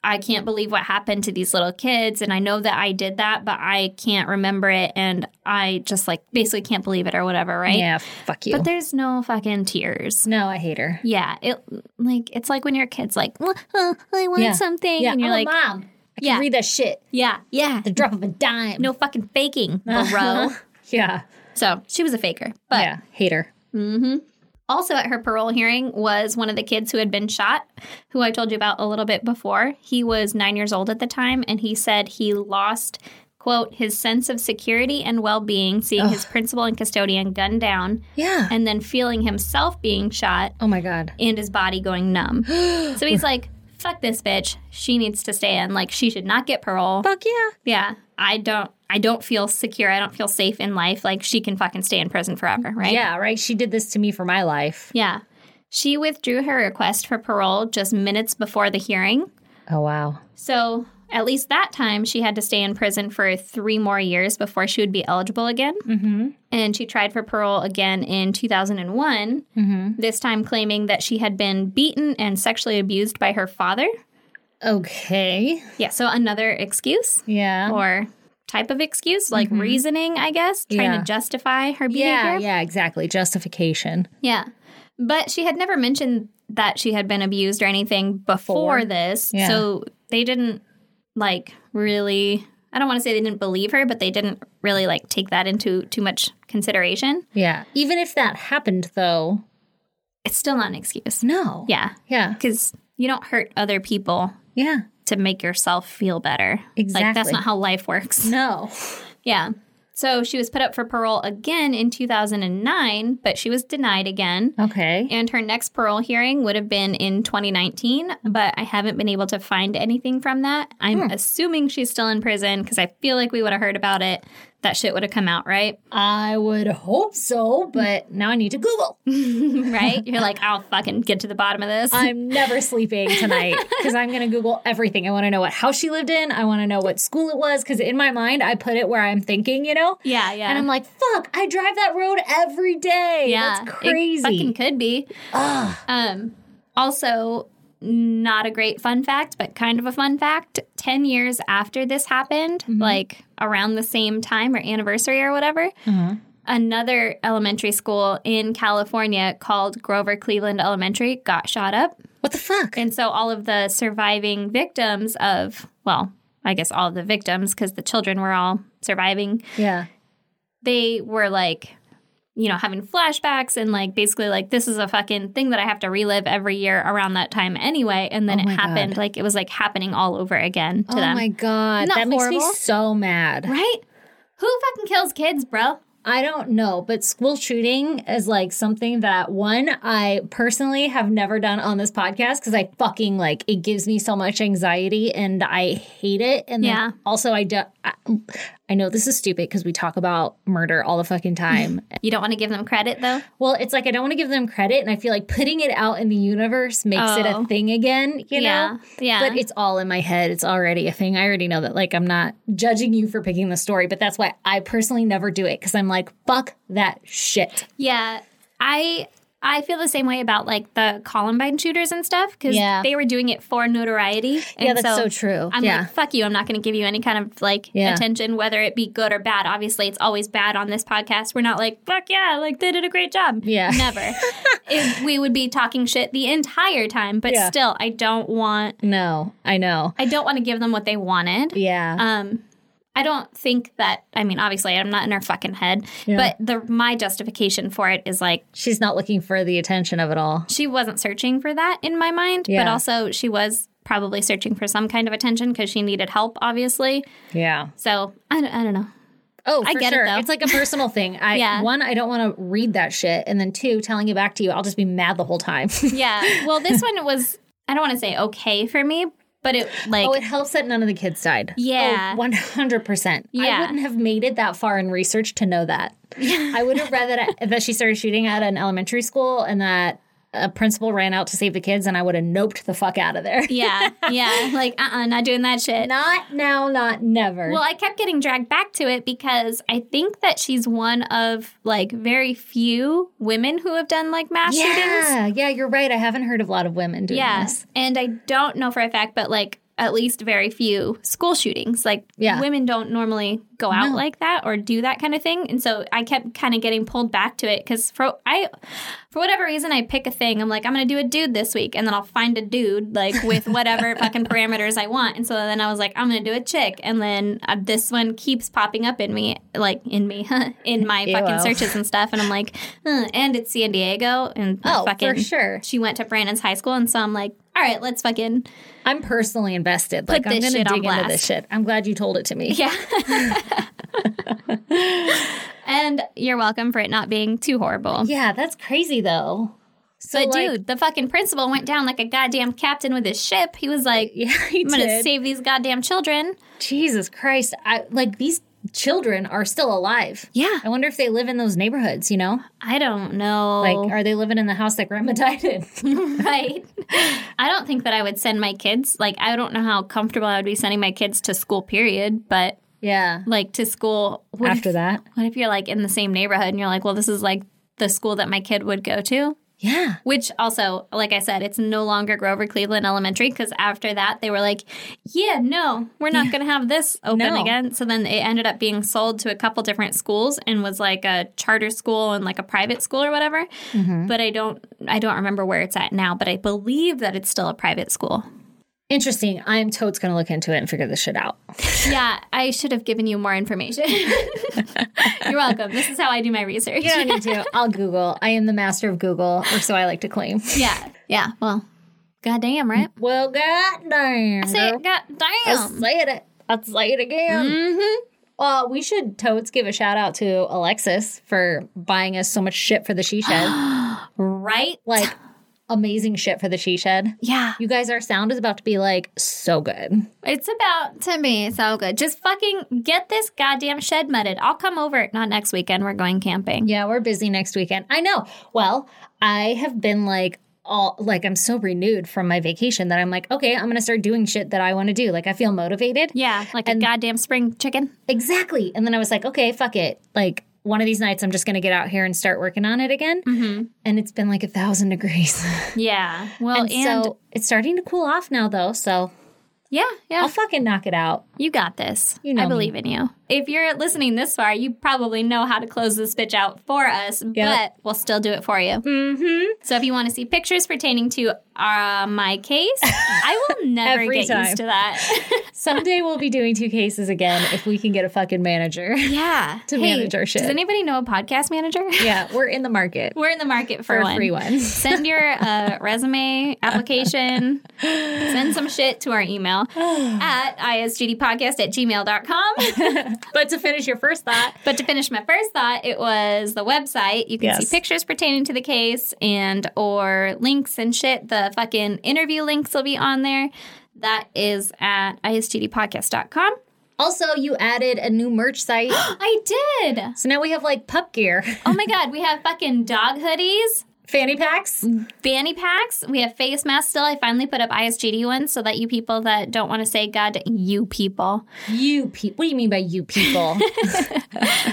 [SPEAKER 2] I can't believe what happened to these little kids. And I know that I did that, but I can't remember it. And I just like basically can't believe it or whatever. Right.
[SPEAKER 3] Yeah, fuck you.
[SPEAKER 2] But there's no fucking tears.
[SPEAKER 3] no, I hate her.
[SPEAKER 2] Yeah. It like, it's like when your kid's like, "Uh, uh, I want
[SPEAKER 3] Yeah.
[SPEAKER 2] something. And you're
[SPEAKER 3] I'm a
[SPEAKER 2] like,
[SPEAKER 3] mom. I can
[SPEAKER 2] yeah,
[SPEAKER 3] read that shit.
[SPEAKER 2] yeah, yeah.
[SPEAKER 3] The drop of a dime.
[SPEAKER 2] No fucking faking, bro.
[SPEAKER 3] Yeah.
[SPEAKER 2] so she was a faker. But
[SPEAKER 3] yeah. Hate her.
[SPEAKER 2] Also, at her parole hearing was one of the kids who had been shot, who I told you about a little bit before. He was nine years old at the time, and he said he lost, quote, his sense of security and well being, seeing his principal and custodian gunned down,
[SPEAKER 3] Yeah.
[SPEAKER 2] and then feeling himself being shot
[SPEAKER 3] oh my god.
[SPEAKER 2] and his body going numb. so he's like, fuck this bitch. She needs to stay in. Like, she should not get parole.
[SPEAKER 3] Fuck yeah.
[SPEAKER 2] Yeah. I don't. I don't feel secure. I don't feel safe in life. Like she can fucking stay in prison forever, right?
[SPEAKER 3] Yeah, right. She did this to me for my life.
[SPEAKER 2] Yeah. She withdrew her request for parole just minutes before the hearing.
[SPEAKER 3] Oh wow.
[SPEAKER 2] So, at least that time, she had to stay in prison for three more years before she would be eligible again. Mm-hmm. And she tried for parole again in 2001, this time claiming that she had been beaten and sexually abused by her father.
[SPEAKER 3] Okay.
[SPEAKER 2] Yeah, so another excuse
[SPEAKER 3] Yeah.
[SPEAKER 2] or type of excuse, like reasoning, I guess, trying
[SPEAKER 3] Mm-hmm. Yeah.
[SPEAKER 2] to justify her behavior.
[SPEAKER 3] yeah, yeah, exactly. Justification.
[SPEAKER 2] Yeah. But she had never mentioned that she had been abused or anything before
[SPEAKER 3] Before.
[SPEAKER 2] this.
[SPEAKER 3] Yeah.
[SPEAKER 2] So they didn't like really I don't want to say they didn't believe her, but they didn't really like take that into too much consideration.
[SPEAKER 3] Yeah. Even if that happened though,
[SPEAKER 2] It's still not an excuse.
[SPEAKER 3] no.
[SPEAKER 2] Yeah.
[SPEAKER 3] Yeah.
[SPEAKER 2] Cuz you don't hurt other people
[SPEAKER 3] Yeah.
[SPEAKER 2] to make yourself feel better. Like that's
[SPEAKER 3] Exactly.
[SPEAKER 2] not how life works.
[SPEAKER 3] No.
[SPEAKER 2] Yeah. So she was put up for parole again in 2009, but she was denied again.
[SPEAKER 3] Okay.
[SPEAKER 2] And her next parole hearing would have been in 2019, but I haven't been able to find anything from that. I'm assuming she's still in prison because I feel like we would have heard about it. That shit would have come out, right?
[SPEAKER 3] I would hope so, but now I need to Google.
[SPEAKER 2] Right? You're like, I'll fucking get to the bottom of this.
[SPEAKER 3] I'm never sleeping tonight because I'm going to Google everything. I want to know what house she lived in. I want to know what school it was because in my mind, I put it where I'm thinking, you know?
[SPEAKER 2] yeah, yeah.
[SPEAKER 3] And I'm like, fuck, I drive that road every day.
[SPEAKER 2] yeah,
[SPEAKER 3] That's
[SPEAKER 2] It
[SPEAKER 3] crazy.
[SPEAKER 2] fucking could be. Um, also, not a great fun fact, but kind of a fun fact. 10 years after this happened,
[SPEAKER 3] Mm-hmm.
[SPEAKER 2] like around the same time or anniversary or whatever,
[SPEAKER 3] Mm-hmm.
[SPEAKER 2] another elementary school in California called Grover Cleveland Elementary got shot up.
[SPEAKER 3] what the fuck?
[SPEAKER 2] And so all of the surviving victims of, well, I guess all of the victims, because the children were all surviving,
[SPEAKER 3] Yeah.
[SPEAKER 2] they were like, you know, having flashbacks and like basically like this is a fucking thing that I have to relive every year around that time anyway. And then
[SPEAKER 3] Oh
[SPEAKER 2] it
[SPEAKER 3] my
[SPEAKER 2] happened
[SPEAKER 3] God.
[SPEAKER 2] like it was like happening all over again to
[SPEAKER 3] oh
[SPEAKER 2] them.
[SPEAKER 3] my God.
[SPEAKER 2] Isn't that
[SPEAKER 3] That, makes me
[SPEAKER 2] horrible?
[SPEAKER 3] so mad.
[SPEAKER 2] Right? Who fucking kills kids, bro?
[SPEAKER 3] I don't know, but school shooting is like something that one I personally have never done on this podcast because I fucking like it gives me so much anxiety and I hate it. And then
[SPEAKER 2] Yeah.
[SPEAKER 3] also I do. I, I know this is stupid because we talk about murder all the fucking time.
[SPEAKER 2] You don't want to give them credit though?
[SPEAKER 3] well, it's like I don't want to give them credit, and I feel like putting it out in the universe makes it
[SPEAKER 2] Oh.
[SPEAKER 3] a thing again. You
[SPEAKER 2] yeah.
[SPEAKER 3] know.
[SPEAKER 2] Yeah.
[SPEAKER 3] But it's all in my head. It's already a thing. I already know that. Like, I'm not judging you for picking the story, but that's why I personally never do it because I'm like, fuck that shit.
[SPEAKER 2] Yeah, I I feel the same way about like the Columbine shooters and stuff because
[SPEAKER 3] Yeah.
[SPEAKER 2] they were doing it for notoriety. And
[SPEAKER 3] Yeah, that's so true.
[SPEAKER 2] I'm
[SPEAKER 3] Yeah.
[SPEAKER 2] like, fuck you. I'm not going to give you any kind of like
[SPEAKER 3] Yeah.
[SPEAKER 2] attention, whether it be good or bad. Obviously, it's always bad on this podcast. We're not like, fuck yeah, like they did a great job.
[SPEAKER 3] Yeah.
[SPEAKER 2] never. It- we would be talking shit the entire time, but
[SPEAKER 3] Yeah.
[SPEAKER 2] still, I don't want.
[SPEAKER 3] No, I know.
[SPEAKER 2] I don't want to give them what they wanted.
[SPEAKER 3] Yeah.
[SPEAKER 2] Um, I don't think that. I mean, obviously, I'm not in her fucking head.
[SPEAKER 3] Yeah.
[SPEAKER 2] But the my justification for it is like
[SPEAKER 3] She's not looking for the attention of it all.
[SPEAKER 2] she wasn't searching for that in my mind, but
[SPEAKER 3] Yeah.
[SPEAKER 2] also she was probably searching for some kind of attention because she needed help, obviously.
[SPEAKER 3] Yeah.
[SPEAKER 2] So I, don't- I don't know.
[SPEAKER 3] Oh,
[SPEAKER 2] I
[SPEAKER 3] for
[SPEAKER 2] get it,
[SPEAKER 3] sure.
[SPEAKER 2] though.
[SPEAKER 3] It's like a personal thing. I
[SPEAKER 2] Yeah.
[SPEAKER 3] one, I don't want to read that shit, and then two, telling it back to you, I'll just be mad the whole time.
[SPEAKER 2] Yeah. Well, this one was, I don't want to say okay for me, but it like,
[SPEAKER 3] oh, it helps that none of the kids died. Oh,
[SPEAKER 2] Yeah.
[SPEAKER 3] one hundred percent.
[SPEAKER 2] Yeah.
[SPEAKER 3] I wouldn't have made it that far in research to know that. I would have read that that she started shooting at an elementary school and that a principal ran out to save the kids and I would have noped the fuck out of there.
[SPEAKER 2] Yeah, yeah. Like, uh uh not doing that shit.
[SPEAKER 3] Not now, not never.
[SPEAKER 2] Well, I kept getting dragged back to it because I think that she's one of like very few women who have done like mass shootings.
[SPEAKER 3] yeah, yeah, you're right. I haven't heard of a lot of women doing this.
[SPEAKER 2] Yes. And I don't know for a fact, but like at least very few school shootings. Like
[SPEAKER 3] Yeah.
[SPEAKER 2] women don't normally go out like that or do that kind of thing. And so I kept kind of getting pulled back to it because for I for whatever reason I pick a thing. I'm like, I'm gonna do a dude this week and then I'll find a dude like with whatever fucking parameters I want. And so then I was like, I'm gonna do a chick. And then uh, this one keeps popping up in me, like in me, in my fucking
[SPEAKER 3] Ew.
[SPEAKER 2] searches and stuff. And I'm like, huh. and it's San Diego and
[SPEAKER 3] Oh,
[SPEAKER 2] fucking
[SPEAKER 3] for sure.
[SPEAKER 2] she went to Brandon's high school, and so I'm like, all right, let's fucking
[SPEAKER 3] I'm personally invested. Like I'm
[SPEAKER 2] this
[SPEAKER 3] going to
[SPEAKER 2] shit on
[SPEAKER 3] dig into this
[SPEAKER 2] blast.
[SPEAKER 3] shit. I'm glad you told it to me.
[SPEAKER 2] yeah. and you're welcome for it not being too horrible.
[SPEAKER 3] Yeah, that's crazy though. So,
[SPEAKER 2] but
[SPEAKER 3] like-
[SPEAKER 2] dude, the fucking principal went down like a goddamn captain with his ship. He was like,
[SPEAKER 3] yeah, he
[SPEAKER 2] I'm gonna
[SPEAKER 3] did.
[SPEAKER 2] save these goddamn children.
[SPEAKER 3] Jesus Christ! I like these children are still alive.
[SPEAKER 2] Yeah,
[SPEAKER 3] I wonder if they live in those neighborhoods. You know,
[SPEAKER 2] I don't know.
[SPEAKER 3] like uh, are they living in the house that Grandma died in?
[SPEAKER 2] right? I don't think that I would send my kids. Like, I don't know how comfortable I would be sending my kids to school. Period. But
[SPEAKER 3] yeah.
[SPEAKER 2] like to school what
[SPEAKER 3] After
[SPEAKER 2] if-
[SPEAKER 3] that,
[SPEAKER 2] What if you're like in the same neighborhood and you're like, well, this is like the school that my kid would go to?
[SPEAKER 3] yeah.
[SPEAKER 2] Which also, like I said, it's no longer Grover Cleveland Elementary because after that they were like, yeah, no, we're not going to have this open
[SPEAKER 3] No.
[SPEAKER 2] again. So then it ended up being sold to a couple different schools and was like a charter school and like a private school or whatever. But I don't, I don't remember where it's at now. But I believe that it's still a private school.
[SPEAKER 3] Interesting. I am totes going to look into it and figure this shit out.
[SPEAKER 2] yeah, I should have given you more information. You're welcome. This is how I do my research.
[SPEAKER 3] You don't need to. I'll Google. I am the master of Google, or so I like to claim.
[SPEAKER 2] Yeah. Yeah. Well, goddamn, right?
[SPEAKER 3] Well, goddamn.
[SPEAKER 2] Say
[SPEAKER 3] girl.
[SPEAKER 2] it, goddamn.
[SPEAKER 3] say it. I'll say it again.
[SPEAKER 2] Mm-hmm.
[SPEAKER 3] Well, we should totes give a shout out to Alexis for buying us so much shit for the she shed.
[SPEAKER 2] Right?
[SPEAKER 3] like amazing shit for the she shed.
[SPEAKER 2] Yeah.
[SPEAKER 3] You guys, our sound is about to be like so good.
[SPEAKER 2] It's about to be so good. Just fucking get this goddamn shed mudded. I'll come over. Not next weekend. We're going camping.
[SPEAKER 3] Yeah, we're busy next weekend. I know. Well, I have been like all like I'm so renewed from my vacation that I'm like, okay, I'm gonna start doing shit that I want to do. Like I feel motivated.
[SPEAKER 2] Yeah. Like a goddamn spring chicken.
[SPEAKER 3] Exactly. And then I was like, okay, fuck it. Like one of these nights I'm just gonna get out here and start working on it again. And it's been like a thousand degrees.
[SPEAKER 2] Yeah.
[SPEAKER 3] Oh,
[SPEAKER 2] Well, and,
[SPEAKER 3] so it's starting to cool off now, though. So
[SPEAKER 2] yeah, yeah.
[SPEAKER 3] I'll fucking knock it out.
[SPEAKER 2] You got this.
[SPEAKER 3] You know
[SPEAKER 2] I believe in you. If you're listening this far, you probably know how to close this bitch out for us, but we'll still do it for you. Mm-hmm. So if you want to see pictures pertaining to uh, my case, I will never
[SPEAKER 3] Every
[SPEAKER 2] get
[SPEAKER 3] time.
[SPEAKER 2] used to that.
[SPEAKER 3] Someday we'll be doing two cases again if we can get a fucking manager.
[SPEAKER 2] yeah.
[SPEAKER 3] To manage our shit.
[SPEAKER 2] Does anybody know a podcast manager?
[SPEAKER 3] yeah, we're in the market
[SPEAKER 2] We're in the market for,
[SPEAKER 3] for
[SPEAKER 2] one.
[SPEAKER 3] a free one.
[SPEAKER 2] Send your uh, resume, application, send some shit to our email at isgdpodcast at gmail.com.
[SPEAKER 3] but to finish your first thought,
[SPEAKER 2] But to finish my first thought, it was the website. You can
[SPEAKER 3] Yes.
[SPEAKER 2] see pictures pertaining to the case and or links and shit. The fucking interview links will be on there. That is at isgdpodcast.com.
[SPEAKER 3] also you added a new merch site.
[SPEAKER 2] I did.
[SPEAKER 3] so now we have like pup gear,
[SPEAKER 2] Oh my god, we have fucking dog hoodies,
[SPEAKER 3] fanny packs.
[SPEAKER 2] fanny packs. We have face masks still. I finally put up ISGD ones so that you people that don't want to say god, you people
[SPEAKER 3] You people. What do you mean by you people?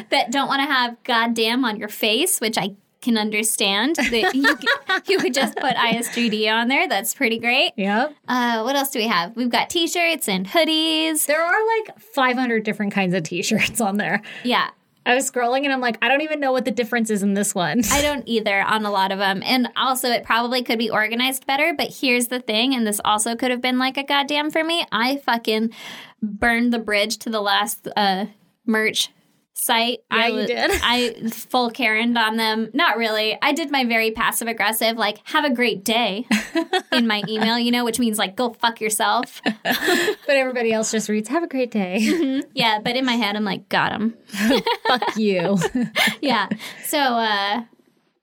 [SPEAKER 2] that don't want to have goddamn on your face, which I can understand. That you, could- you could just put ISGD on there. That's pretty great.
[SPEAKER 3] yep.
[SPEAKER 2] Uh, what else do we have? We've got t-shirts and hoodies.
[SPEAKER 3] There are like 500 different kinds of t-shirts on there.
[SPEAKER 2] Yeah.
[SPEAKER 3] I was scrolling and I'm like, I don't even know what the difference is in this one.
[SPEAKER 2] I don't either on a lot of them. And also, it probably could be organized better. But here's the thing, and this also could have been like a goddamn for me. I fucking burned the bridge to the last uh, merch site. I
[SPEAKER 3] you
[SPEAKER 2] w-
[SPEAKER 3] did.
[SPEAKER 2] I full Karened on them. Not really. I did my very passive aggressive, like, have a great day in my email, you know, which means like, go fuck yourself.
[SPEAKER 3] but everybody else just reads, have a great day.
[SPEAKER 2] Yeah. But in my head, I'm like, got him.
[SPEAKER 3] Fuck you.
[SPEAKER 2] yeah. So uh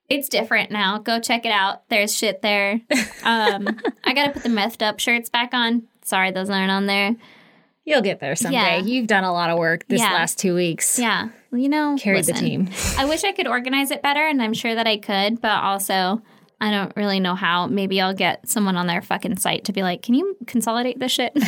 [SPEAKER 2] it's different now. Go check it out. There's shit there. Um I gotta put the messed up shirts back on. Sorry, those aren't on there.
[SPEAKER 3] You'll get there someday.
[SPEAKER 2] Yeah.
[SPEAKER 3] You've done a lot of work this
[SPEAKER 2] Yeah.
[SPEAKER 3] last two weeks.
[SPEAKER 2] Yeah. You know,
[SPEAKER 3] Carry the
[SPEAKER 2] listen.
[SPEAKER 3] team.
[SPEAKER 2] I wish I could organize it better, and I'm sure that I could, but also I don't really know how. Maybe I'll get someone on their fucking site to be like, "Can you consolidate this shit?"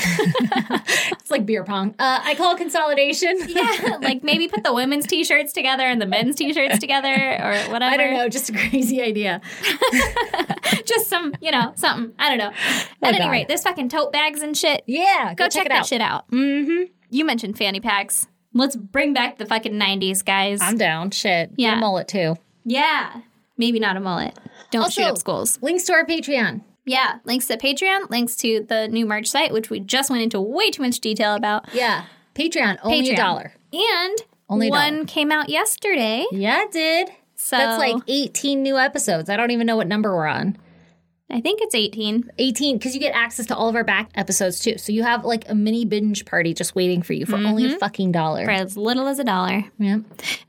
[SPEAKER 3] It's like beer pong. Uh, I call it consolidation.
[SPEAKER 2] yeah, like maybe put the women's t-shirts together and the men's t-shirts together or whatever.
[SPEAKER 3] I don't know, just a crazy idea.
[SPEAKER 2] Just some, you know, something. I don't know. At any
[SPEAKER 3] Oh, God.
[SPEAKER 2] rate, there's fucking tote bags and shit.
[SPEAKER 3] Yeah,
[SPEAKER 2] Go, check, that shit out. Mm-hmm. You mentioned fanny packs. Let's bring back the fucking 90s, guys.
[SPEAKER 3] I'm down. Shit. Get
[SPEAKER 2] Yeah.
[SPEAKER 3] a mullet too.
[SPEAKER 2] yeah. Maybe not a mullet. Don't shoot
[SPEAKER 3] Also-
[SPEAKER 2] up schools.
[SPEAKER 3] Links to our Patreon.
[SPEAKER 2] Yeah, links to Patreon, links to the new merch site, which we just went into way too much detail about.
[SPEAKER 3] Yeah. Patreon, only
[SPEAKER 2] Patreon.
[SPEAKER 3] a dollar.
[SPEAKER 2] And
[SPEAKER 3] Only a
[SPEAKER 2] one
[SPEAKER 3] dollar.
[SPEAKER 2] came out yesterday.
[SPEAKER 3] Yeah, it did.
[SPEAKER 2] So
[SPEAKER 3] That's like 18 new episodes. I don't even know what number we're on.
[SPEAKER 2] I think it's 18.
[SPEAKER 3] 18, because you get access to all of our back episodes too. So you have like a mini binge party just waiting for you for only a fucking dollar.
[SPEAKER 2] For as little as a dollar.
[SPEAKER 3] Yeah.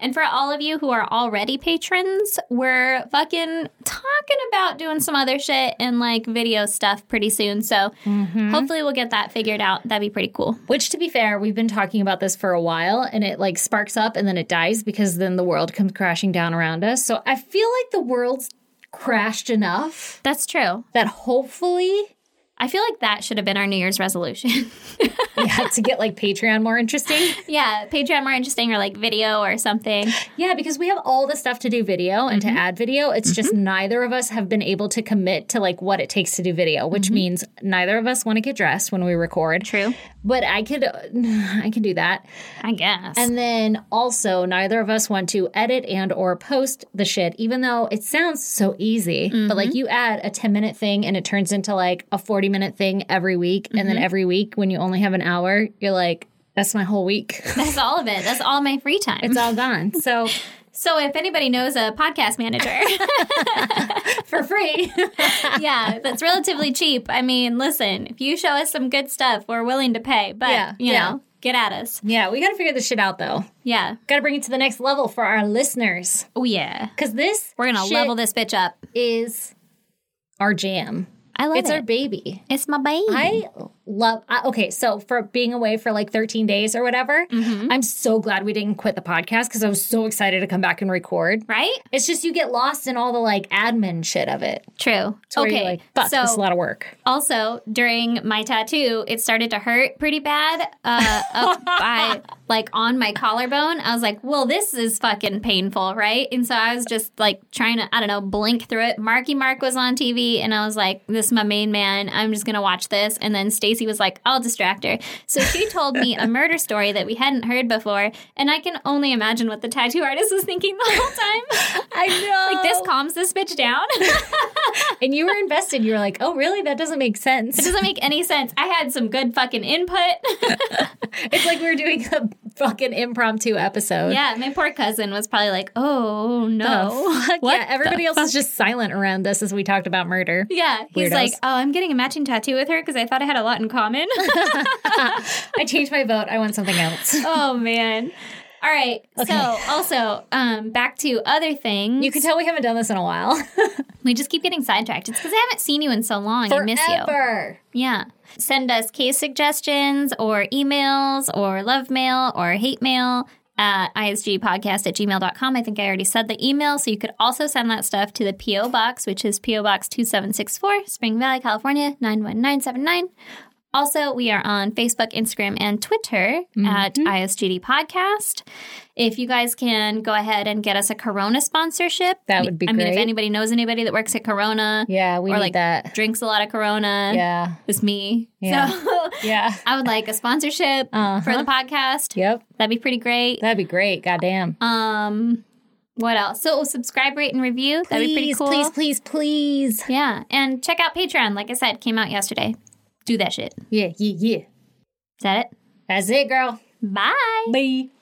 [SPEAKER 2] And for all of you who are already patrons, we're fucking talking about doing some other shit and like video stuff pretty soon. So hopefully we'll get that figured out. That'd be pretty cool.
[SPEAKER 3] Which, to be fair, we've been talking about this for a while and it like sparks up and then it dies because then the world comes crashing down around us. So I feel like the world's crashed enough
[SPEAKER 2] That's true.
[SPEAKER 3] that hopefully
[SPEAKER 2] I feel like that should have been our New Year's resolution.
[SPEAKER 3] yeah, to get like Patreon more interesting.
[SPEAKER 2] yeah, Patreon more interesting or like video or something.
[SPEAKER 3] Yeah, because we have all the stuff to do video and to add video. It's just neither of us have been able to commit to like what it takes to do video, which means neither of us want to get dressed when we record.
[SPEAKER 2] True.
[SPEAKER 3] But I could I can do that.
[SPEAKER 2] I guess.
[SPEAKER 3] And then also neither of us want to edit and or post the shit even though it sounds so easy. But like you add a 10-minute thing and it turns into like a 40-minute thing every week and then every week when you only have an hour, you're like that's my whole week.
[SPEAKER 2] that's all of it. That's all my free time.
[SPEAKER 3] It's all gone. So
[SPEAKER 2] so if anybody knows a podcast manager,
[SPEAKER 3] for free.
[SPEAKER 2] yeah, that's relatively cheap. I mean, listen, if you show us some good stuff, we're willing to pay. But
[SPEAKER 3] Yeah,
[SPEAKER 2] you
[SPEAKER 3] yeah.
[SPEAKER 2] know, get at us.
[SPEAKER 3] yeah, we got to figure this shit out though.
[SPEAKER 2] Yeah.
[SPEAKER 3] Got to bring it to the next level for our listeners
[SPEAKER 2] Oh yeah.
[SPEAKER 3] because this
[SPEAKER 2] We're gonna
[SPEAKER 3] shit
[SPEAKER 2] level this bitch up.
[SPEAKER 3] is our jam.
[SPEAKER 2] I love
[SPEAKER 3] It's
[SPEAKER 2] it.
[SPEAKER 3] our baby.
[SPEAKER 2] it's my baby.
[SPEAKER 3] I love. I, okay, so for being away for like 13 days or whatever,
[SPEAKER 2] Mm-hmm.
[SPEAKER 3] I'm so glad we didn't quit the podcast because I was so excited to come back and record.
[SPEAKER 2] right?
[SPEAKER 3] It's just you get lost in all the like admin shit of it.
[SPEAKER 2] True.
[SPEAKER 3] to where you're
[SPEAKER 2] okay.
[SPEAKER 3] like, fuck,
[SPEAKER 2] so
[SPEAKER 3] this is a lot of work.
[SPEAKER 2] also during my tattoo, it started to hurt pretty bad. Uh, up by like on my collarbone. I was like, well, this is fucking painful, right? And so I was just like trying to, I don't know, blink through it. Marky Mark was on TV, and I was like, this is my main man. I'm just gonna watch this. And then Stacy was like, I'll distract her. So she told me a murder story that we hadn't heard before, and I can only imagine what the tattoo artist was thinking the whole time.
[SPEAKER 3] I know.
[SPEAKER 2] Like this calms this bitch down.
[SPEAKER 3] and you were invested. You were like, oh, really? That doesn't make sense.
[SPEAKER 2] doesn't make any sense. I had some good fucking input.
[SPEAKER 3] it's like we were doing a fucking impromptu episode.
[SPEAKER 2] yeah, my poor cousin was probably like, "Oh
[SPEAKER 3] Oh,
[SPEAKER 2] no,
[SPEAKER 3] fuck yeah, everybody else is just silent around this as we talked about murder.
[SPEAKER 2] Yeah, he's
[SPEAKER 3] Weirdos.
[SPEAKER 2] like, "Oh, I'm getting a matching tattoo with her because I thought I had a lot in common."
[SPEAKER 3] I changed my vote. I want something else.
[SPEAKER 2] oh man. All right. So also, um, back to other things.
[SPEAKER 3] You can tell we haven't done this in a while.
[SPEAKER 2] we just keep getting sidetracked. It's because I haven't seen you in so long. I miss you.
[SPEAKER 3] Forever.
[SPEAKER 2] Yeah. Send us case suggestions or emails or love mail or hate mail at isgpodcast at gmail.com. I think I already said the email. So you could also send that stuff to the P.O. Box, which is P.O. Box 2764, Spring Valley, California, 91979. Also, we are on Facebook, Instagram, and Twitter at
[SPEAKER 3] Mm-hmm.
[SPEAKER 2] ISGD Podcast. If you guys can go ahead and get us a Corona sponsorship,
[SPEAKER 3] That would be
[SPEAKER 2] I mean, if
[SPEAKER 3] great.
[SPEAKER 2] anybody knows anybody that works at Corona,
[SPEAKER 3] Yeah, we
[SPEAKER 2] or
[SPEAKER 3] need
[SPEAKER 2] like
[SPEAKER 3] that.
[SPEAKER 2] drinks a lot of Corona,
[SPEAKER 3] Yeah.
[SPEAKER 2] it's me.
[SPEAKER 3] Yeah.
[SPEAKER 2] So
[SPEAKER 3] Yeah. Uh-huh.
[SPEAKER 2] I would like a sponsorship um, for the podcast.
[SPEAKER 3] Yep.
[SPEAKER 2] That'd be pretty great.
[SPEAKER 3] That'd be great. Goddamn.
[SPEAKER 2] Um, what else? So subscribe, rate, and review. That'd be pretty
[SPEAKER 3] please,
[SPEAKER 2] cool.
[SPEAKER 3] please, please, please.
[SPEAKER 2] Yeah, and check out Patreon. Like I said, came out yesterday. Do that shit. Is
[SPEAKER 3] Yeah, yeah, yeah.
[SPEAKER 2] that it?
[SPEAKER 3] That's it, girl.
[SPEAKER 2] Bye.
[SPEAKER 3] Bye.